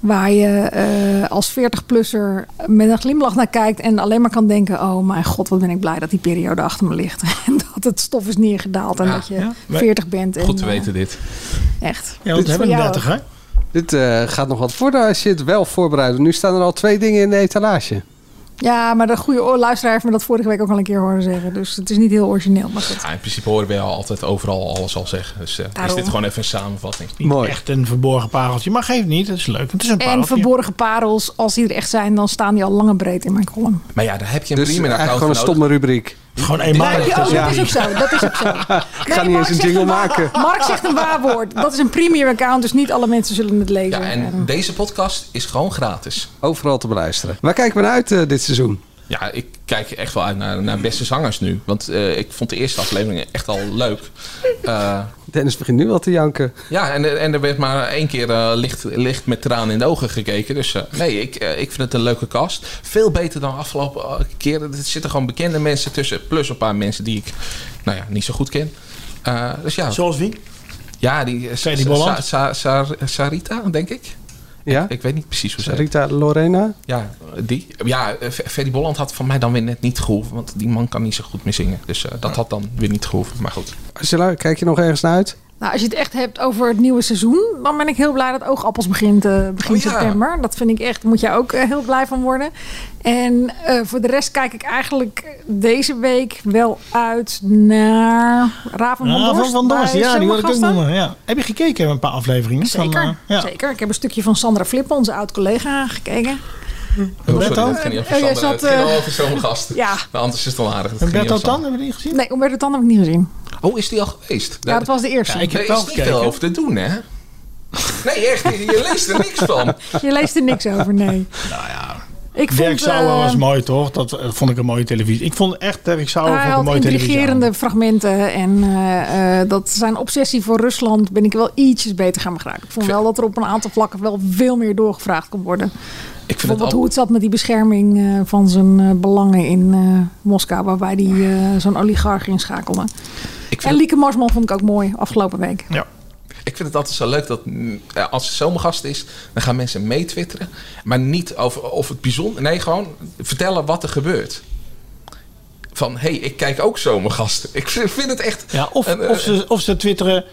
[SPEAKER 4] Waar je eh, als 40-plusser met een glimlach naar kijkt en alleen maar kan denken: oh mijn god, wat ben ik blij dat die periode achter me ligt. [LAUGHS] En dat het stof is neergedaald en dat je
[SPEAKER 2] ja.
[SPEAKER 4] 40 bent. en,
[SPEAKER 2] Goed te
[SPEAKER 4] eh,
[SPEAKER 2] weten dit.
[SPEAKER 4] Echt.
[SPEAKER 1] Ja, want we
[SPEAKER 4] Dit is
[SPEAKER 1] hebben
[SPEAKER 4] voor
[SPEAKER 1] een
[SPEAKER 4] jou
[SPEAKER 1] 30, hè?
[SPEAKER 3] Dit eh, gaat nog wat worden als je het wel voorbereidt. Nu staan er al twee dingen in de etalage.
[SPEAKER 4] Ja, maar de goede oor- luisteraar heeft me dat vorige week ook al een keer horen zeggen. Dus het is niet heel origineel. Maar goed.
[SPEAKER 2] Ja, in principe horen we altijd overal alles al zeggen. Dus eh, is
[SPEAKER 4] Daarom.
[SPEAKER 2] dit gewoon even een samenvatting.
[SPEAKER 1] Niet echt een verborgen pareltje, maar geeft niet. Het is leuk. Het is een
[SPEAKER 4] En
[SPEAKER 1] pareltje.
[SPEAKER 4] verborgen parels, als die er echt zijn, dan staan die al lang en breed in mijn column.
[SPEAKER 2] Maar ja, daar heb je een
[SPEAKER 3] Dus
[SPEAKER 2] premium account
[SPEAKER 3] eigenlijk gewoon een
[SPEAKER 2] voor
[SPEAKER 3] stomme rubriek.
[SPEAKER 1] Gewoon
[SPEAKER 4] eenmalig Ja, oh, dat tussen. is ook zo, dat is ook zo.
[SPEAKER 3] dus- [LAUGHS] Ik ga niet eens een jingle maken.
[SPEAKER 4] Mark zegt een waarwoord. Dat is een premium account, dus niet alle mensen zullen het lezen.
[SPEAKER 2] nodig. En deze podcast is gewoon gratis.
[SPEAKER 3] Overal te beluisteren. Waar kijken we naar uit eh, dit seizoen?
[SPEAKER 2] Ja, ik kijk echt wel uit naar, naar beste zangers nu. Want eh, ik vond de eerste aflevering echt al leuk. Eh,
[SPEAKER 3] Dennis begint nu al te janken.
[SPEAKER 2] ja, en, en er werd maar één keer eh, licht, licht met tranen in de ogen gekeken. Dus eh, nee, ik, eh, ik vind het een leuke cast. Veel beter dan afgelopen eh, keren. Er zitten gewoon bekende mensen tussen. Plus een paar mensen die ik nou ja, niet zo goed ken. Eh, dus ja.
[SPEAKER 1] Zoals wie?
[SPEAKER 2] Ja, die, eh,
[SPEAKER 1] Freddy Bolland?
[SPEAKER 2] Sa- Sa- Sa- Sarita, denk ik.
[SPEAKER 3] Ja?
[SPEAKER 2] Ik, ik weet niet precies hoe ze heet.
[SPEAKER 3] Rita Lorena?
[SPEAKER 2] Ja, die. Ja, eh, Ver- Ferdy Bolland had van mij dan weer net niet gehoeven. Want die man kan niet zo goed meer zingen. Dus eh, dat had dan weer niet gehoeven. Maar goed.
[SPEAKER 3] Angela, kijk je nog ergens naar uit?
[SPEAKER 4] Nou, als je het echt hebt over het nieuwe seizoen, dan ben ik heel blij dat Oogappels begint eh, begin
[SPEAKER 2] Oh, ja.
[SPEAKER 4] september. Dat vind ik echt, daar moet jij ook eh, heel blij van worden. En eh, voor de rest kijk ik eigenlijk deze week wel uit naar Raven van
[SPEAKER 1] Ja, van
[SPEAKER 4] Dorst.
[SPEAKER 1] Nou, Van
[SPEAKER 4] bij
[SPEAKER 1] Dorst. Ja, die wil ik ook
[SPEAKER 4] Zomergasten.
[SPEAKER 1] noemen. Ja. Heb je gekeken een paar afleveringen? Van,
[SPEAKER 4] Zeker,
[SPEAKER 1] eh, ja.
[SPEAKER 4] zeker. Ik heb een stukje van Sandra Flippen, onze oud-collega, gekeken.
[SPEAKER 1] Roberto?
[SPEAKER 2] dat ging niet over
[SPEAKER 4] Eh, jij
[SPEAKER 2] Sander. Het
[SPEAKER 4] zat,
[SPEAKER 2] ging
[SPEAKER 4] eh,
[SPEAKER 2] wel over zo'n gast.
[SPEAKER 4] [LAUGHS] Ja.
[SPEAKER 2] Maar anders is het al aardig. Het
[SPEAKER 1] En
[SPEAKER 2] ging niet
[SPEAKER 1] Berto
[SPEAKER 2] over
[SPEAKER 1] Tan, hebben we die gezien?
[SPEAKER 4] Nee, Umberto Tan heb ik niet gezien.
[SPEAKER 2] Sander. Oh, is die al geweest?
[SPEAKER 4] Ja, dat was de eerste.
[SPEAKER 2] ik
[SPEAKER 4] ik heb
[SPEAKER 2] heb
[SPEAKER 4] wel
[SPEAKER 2] is niet veel
[SPEAKER 4] gekeken.
[SPEAKER 2] over te doen, hè? Nee, echt. Je je leest er niks van.
[SPEAKER 4] Je leest er niks over, nee.
[SPEAKER 1] Nou ja.
[SPEAKER 4] Ik vond,
[SPEAKER 1] Dirk Sauer
[SPEAKER 4] eh,
[SPEAKER 1] was mooi, toch? Dat eh, vond ik een mooie televisie. Ik vond echt Dirk Sauer
[SPEAKER 4] Hij
[SPEAKER 1] vond ik een
[SPEAKER 4] had
[SPEAKER 1] mooie televisie.
[SPEAKER 4] Ah, intrigerende fragmenten. En eh, eh, dat zijn obsessie voor Rusland ben ik wel ietsjes beter gaan begrijpen. Ik vond wel dat er op een aantal vlakken wel veel meer doorgevraagd kon worden.
[SPEAKER 2] [LAUGHS] Ik vind
[SPEAKER 4] Bijvoorbeeld
[SPEAKER 2] het
[SPEAKER 4] hoe
[SPEAKER 2] al...
[SPEAKER 4] het zat met die bescherming eh, van zijn eh, belangen in eh, Moskou. Waarbij die eh, zo'n oligarch inschakelde.
[SPEAKER 2] Ik vind
[SPEAKER 4] En Lieke Marsman vond ik ook mooi afgelopen week.
[SPEAKER 1] Ja.
[SPEAKER 2] Ik vind het altijd zo leuk dat mm, eh, als het zomergast is, dan gaan mensen meetwitteren. Maar niet over of het bijzonder. Nee, gewoon vertellen wat er gebeurt. Van hé, hey, ik kijk ook zomergasten. Ik vind vind het echt.
[SPEAKER 1] Ja, of,
[SPEAKER 2] een, eh,
[SPEAKER 1] of, ze, of ze twitteren,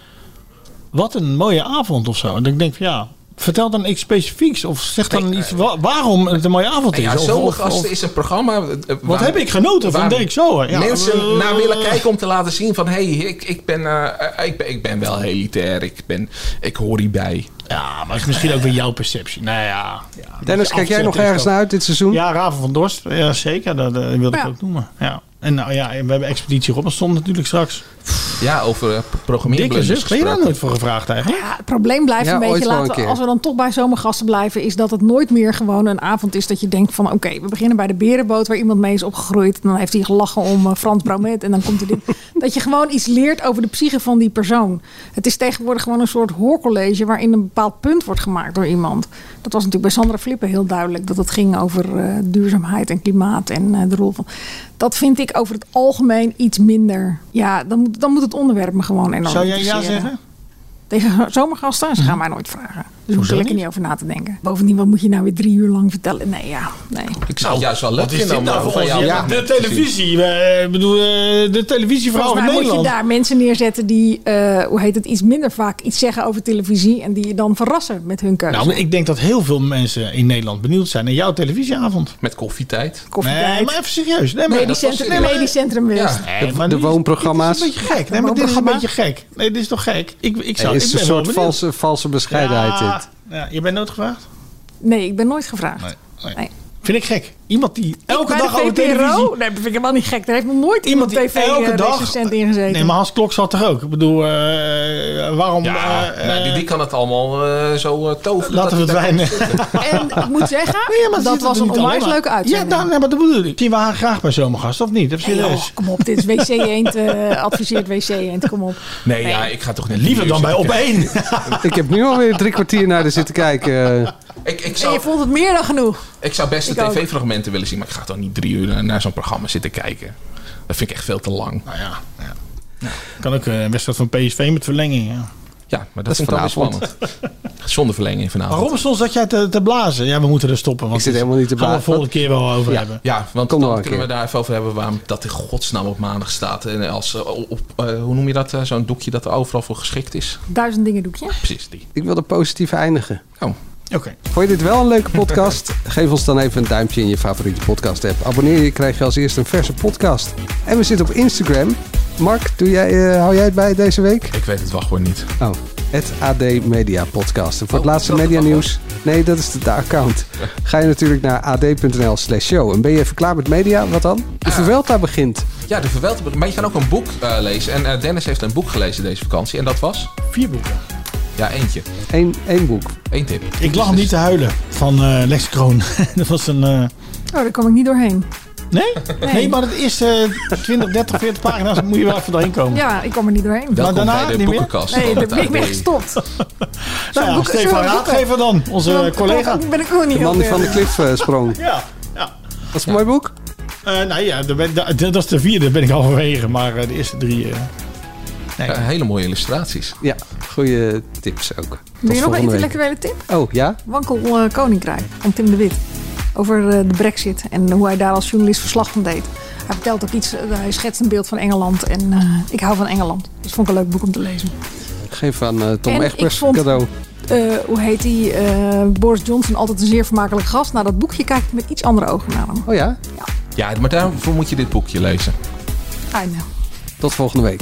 [SPEAKER 1] wat een mooie avond of zo. En ik denk van ja, vertel dan iets specifieks. Of zeg dan
[SPEAKER 4] eh,
[SPEAKER 1] iets wa- waarom het een mooie
[SPEAKER 2] nou
[SPEAKER 1] avond is.
[SPEAKER 2] ja,
[SPEAKER 1] Of- of-
[SPEAKER 2] zomergasten
[SPEAKER 1] of-
[SPEAKER 2] is een programma. eh, eh,
[SPEAKER 1] Wat
[SPEAKER 2] waar-
[SPEAKER 1] heb ik genoten van
[SPEAKER 2] waar
[SPEAKER 1] Dirk Sauer? Ja.
[SPEAKER 2] mensen
[SPEAKER 1] Eh,
[SPEAKER 2] naar willen kijken om te laten zien van... hé, hey, ik, ik, ben, eh, eh, ik, ben, ik ben wel elitair, ik, ben, ik hoor hierbij.
[SPEAKER 1] Ja, maar het is
[SPEAKER 4] Eh,
[SPEAKER 1] misschien ook weer jouw perceptie. Nou ja.
[SPEAKER 3] Dennis, kijk jij nog ergens naar uit dit seizoen?
[SPEAKER 1] Ja, Raven van Dorst. Ja, zeker. Dat eh, wilde
[SPEAKER 4] Ja.
[SPEAKER 1] ik ook noemen. Ja. En nou ja, en we hebben Expeditie Robinson natuurlijk straks.
[SPEAKER 2] Ja, over eh, programmeren.
[SPEAKER 1] Dikke zus, ben je daar nooit voor gevraagd eigenlijk?
[SPEAKER 4] Ja, het probleem blijft
[SPEAKER 2] Ja,
[SPEAKER 4] een beetje
[SPEAKER 2] ooit wel een
[SPEAKER 4] laten.
[SPEAKER 2] keer.
[SPEAKER 4] als we dan toch bij zomergasten blijven, is dat het nooit meer gewoon een avond is dat je denkt van oké, we beginnen bij de berenboot waar iemand mee is opgegroeid. En dan heeft hij gelachen om eh, Frans Bromet en dan komt
[SPEAKER 2] [LAUGHS]
[SPEAKER 4] er dit. dat je gewoon iets leert over de psyche van die persoon. Het is tegenwoordig gewoon een soort hoorcollege waarin een bepaald punt wordt gemaakt door iemand. Dat was natuurlijk bij Sandra Flippen heel duidelijk dat het ging over eh, duurzaamheid en klimaat en eh, de rol van. Dat vind ik over het algemeen iets minder. Ja, dan moet, dan moet het onderwerp me gewoon enorm
[SPEAKER 1] Zou jij ja
[SPEAKER 4] interesseren.
[SPEAKER 1] zeggen?
[SPEAKER 4] Tegen [LAUGHS] zomergasten? Ze gaan mij nooit vragen. Dus hoef
[SPEAKER 1] Mhm. Hoezo
[SPEAKER 4] ik er lekker
[SPEAKER 1] niet?
[SPEAKER 4] niet over na te denken. Bovendien, wat moet je nou weer drie uur lang vertellen? Nee, ja. Nee.
[SPEAKER 2] Ik zou het juist wel leuk
[SPEAKER 1] nou? Wat is
[SPEAKER 2] vinden
[SPEAKER 1] dit
[SPEAKER 2] om
[SPEAKER 1] nou
[SPEAKER 2] eh,
[SPEAKER 1] voor
[SPEAKER 2] van jou
[SPEAKER 1] ja, De televisie. eh, Ik bedoel, eh, de televisievrouw
[SPEAKER 4] Volgens
[SPEAKER 1] van
[SPEAKER 4] mij moet je
[SPEAKER 1] Nederland.
[SPEAKER 4] daar mensen neerzetten die, eh, hoe heet het, iets minder vaak iets zeggen over televisie. En die je dan verrassen met hun keuze.
[SPEAKER 1] Nou, maar ik denk dat heel veel mensen in Nederland benieuwd zijn naar jouw televisieavond.
[SPEAKER 2] Met koffietijd.
[SPEAKER 4] Koffietijd.
[SPEAKER 1] Nee, maar even serieus. Nee, maar
[SPEAKER 4] Mediecentrum,
[SPEAKER 1] Nee, maar-
[SPEAKER 4] Mediecentrum West.
[SPEAKER 1] Nee, maar
[SPEAKER 3] de
[SPEAKER 1] nu is-
[SPEAKER 3] woonprogramma's.
[SPEAKER 1] Dit is een beetje gek. Nee, maar dit is een beetje gek. Nee, dit is toch gek? Ik, ik zou,
[SPEAKER 3] Het
[SPEAKER 1] ik
[SPEAKER 3] is
[SPEAKER 1] ben
[SPEAKER 3] een
[SPEAKER 1] wel
[SPEAKER 3] soort
[SPEAKER 1] benieuwd.
[SPEAKER 3] valse, valse bescheidenheid
[SPEAKER 1] Ja,
[SPEAKER 3] dit.
[SPEAKER 1] ja, je bent nooit gevraagd?
[SPEAKER 4] Nee, ik ben nooit gevraagd.
[SPEAKER 1] Nee. nee.
[SPEAKER 4] Nee.
[SPEAKER 1] Vind ik gek. Iemand die elke
[SPEAKER 4] Bij
[SPEAKER 1] dag
[SPEAKER 4] de
[SPEAKER 1] over televisie...
[SPEAKER 4] VPRO? Nee, dat vind ik helemaal niet gek. Daar heeft nog nooit iemand, eh,
[SPEAKER 1] die elke dag-
[SPEAKER 4] tv-recensent in gezeten.
[SPEAKER 1] Nee, maar Hans Klok zat toch ook? Ik bedoel, eh, waarom...
[SPEAKER 2] Ja,
[SPEAKER 1] eh,
[SPEAKER 2] nou, die, die kan het allemaal eh, zo eh, toveren.
[SPEAKER 1] Laten we
[SPEAKER 2] dat
[SPEAKER 1] [LAUGHS]
[SPEAKER 2] hij daar
[SPEAKER 1] verdwijnen.
[SPEAKER 2] komt zitten.
[SPEAKER 4] En ik moet zeggen,
[SPEAKER 1] Nee, maar het
[SPEAKER 4] dat
[SPEAKER 1] zit
[SPEAKER 4] was
[SPEAKER 1] er
[SPEAKER 4] een
[SPEAKER 1] niet alleen
[SPEAKER 4] onwijs
[SPEAKER 1] maar-
[SPEAKER 4] leuke uitzending.
[SPEAKER 1] Ja, dan, nee, maar dat bedoel ik. Zien we haar graag bij Zomergast, of niet? Even
[SPEAKER 4] Nee,
[SPEAKER 1] serieus.
[SPEAKER 4] joh, kom op, dit is WC Eend, eh, adviseert WC Eend, kom op.
[SPEAKER 2] Nee, ja, ik ga toch net
[SPEAKER 1] Liever dan bij Opeen.
[SPEAKER 3] Ik heb nu alweer drie kwartier naar de zitten kijken.
[SPEAKER 2] Ik, ik,
[SPEAKER 4] En je
[SPEAKER 2] zou,
[SPEAKER 4] vond het meer dan genoeg.
[SPEAKER 2] ik zou best de
[SPEAKER 4] Ik ook.
[SPEAKER 2] tv-fragmenten willen zien, maar ik ga toch niet drie uur naar- naar zo'n programma zitten kijken. Dat vind ik echt veel te lang.
[SPEAKER 1] Nou ja, ja. [LAUGHS] Kan ook eh, een wedstrijd van PSV met verlenging. Ja.
[SPEAKER 2] Ja, maar dat,
[SPEAKER 3] Dat
[SPEAKER 2] is
[SPEAKER 3] vind ik
[SPEAKER 2] vanavond
[SPEAKER 3] dan weer
[SPEAKER 2] spannend. Zonder verlenging vanavond.
[SPEAKER 1] Maar Robinson zat jij te, te blazen? Ja, we moeten er stoppen. Want
[SPEAKER 3] Ik zit helemaal niet te
[SPEAKER 1] Gaan we
[SPEAKER 3] blazen.
[SPEAKER 1] volgende keer wel over hebben.
[SPEAKER 2] Ja, want
[SPEAKER 3] Kom nog
[SPEAKER 2] dan
[SPEAKER 3] een
[SPEAKER 2] kunnen we
[SPEAKER 3] keer.
[SPEAKER 2] daar even over hebben waarom dat in godsnaam op maandag staat. En als, eh, op, eh, hoe noem je dat? eh, Zo'n doekje dat er overal voor geschikt is.
[SPEAKER 4] Duizend dingen doekje.
[SPEAKER 2] Precies die.
[SPEAKER 3] Ik wilde positief eindigen.
[SPEAKER 2] Oh.
[SPEAKER 1] Oké.
[SPEAKER 3] Vond je dit wel een leuke podcast? Geef ons dan even een duimpje in je favoriete podcast app. Abonneer je, krijg je als eerste een verse podcast. En we zitten op Instagram. Mark, doe jij, eh, hou jij het bij deze week?
[SPEAKER 2] Ik weet het wachtwoord niet.
[SPEAKER 3] Oh, het AD Media Podcast. En voor het
[SPEAKER 2] Oh,
[SPEAKER 3] laatste
[SPEAKER 2] dat is
[SPEAKER 3] media
[SPEAKER 2] wel
[SPEAKER 3] nieuws. Nee, dat is de, de account. Ga je natuurlijk naar ad.nl slash show. En ben je even klaar met media? Wat dan? De Vuelta begint.
[SPEAKER 2] Ja, de verweltebrug. Maar je kan ook een boek eh, lezen. En eh, Dennis heeft een boek gelezen deze vakantie. En dat was?
[SPEAKER 1] Vier boeken.
[SPEAKER 2] Ja, eentje.
[SPEAKER 3] Eén, één boek.
[SPEAKER 2] Eén tip.
[SPEAKER 1] Ik lag om niet te huilen van eh Lex Kroon. [LAUGHS] dat was een... eh,
[SPEAKER 4] Oh, daar kom ik niet doorheen.
[SPEAKER 1] Nee? nee? maar het eerste eh, 20, 30, 40 pagina's moet je wel even doorheen komen.
[SPEAKER 4] Ja, ik kom er niet doorheen.
[SPEAKER 2] Welkom
[SPEAKER 1] daarna
[SPEAKER 2] bij de
[SPEAKER 1] niet meer?
[SPEAKER 2] boekenkast.
[SPEAKER 4] Nee,
[SPEAKER 2] van
[SPEAKER 4] daar
[SPEAKER 2] het
[SPEAKER 4] ben ik mee
[SPEAKER 2] AD.
[SPEAKER 4] gestopt.
[SPEAKER 1] Nou ja, Stefan
[SPEAKER 4] boeken- zullen we boeken-
[SPEAKER 1] Raadgever dan, onze
[SPEAKER 4] Dan-
[SPEAKER 1] collega.
[SPEAKER 4] dan Ben ik ook niet
[SPEAKER 3] eh, De man die
[SPEAKER 4] heel
[SPEAKER 3] van de
[SPEAKER 4] erg.
[SPEAKER 3] klif eh, sprong.
[SPEAKER 1] Ja, ja.
[SPEAKER 3] Dat is een mooi boek.
[SPEAKER 1] Eh, nou ja, daar ben- daar- dat is de vierde, daar ben ik halverwege. Maar eh, de eerste drie... eh, nee.
[SPEAKER 2] Ja, hele mooie illustraties.
[SPEAKER 3] Ja, goede tips ook.
[SPEAKER 4] Wil
[SPEAKER 3] Tot
[SPEAKER 4] je nog een
[SPEAKER 3] volgende week.
[SPEAKER 4] intellectuele tip?
[SPEAKER 3] Oh, ja?
[SPEAKER 4] Wankel eh, Koninkrijk van Tim de Wit. Over eh, de brexit en hoe hij daar als journalist verslag van deed. Hij vertelt ook iets, eh, hij schetst een beeld van Engeland en eh, ik hou van Engeland. Dus vond ik een leuk boek om te lezen.
[SPEAKER 3] Ik geef aan eh, Tom
[SPEAKER 4] En
[SPEAKER 3] Egbers
[SPEAKER 4] ik vond-
[SPEAKER 3] cadeau.
[SPEAKER 4] Eh, hoe heet die? eh, Boris Johnson, altijd een zeer vermakelijk gast. Naar dat boekje kijk ik met iets andere ogen naar hem.
[SPEAKER 3] Oh ja?
[SPEAKER 2] Ja, maar daarvoor moet je dit boekje lezen.
[SPEAKER 4] I know.
[SPEAKER 3] Tot volgende week.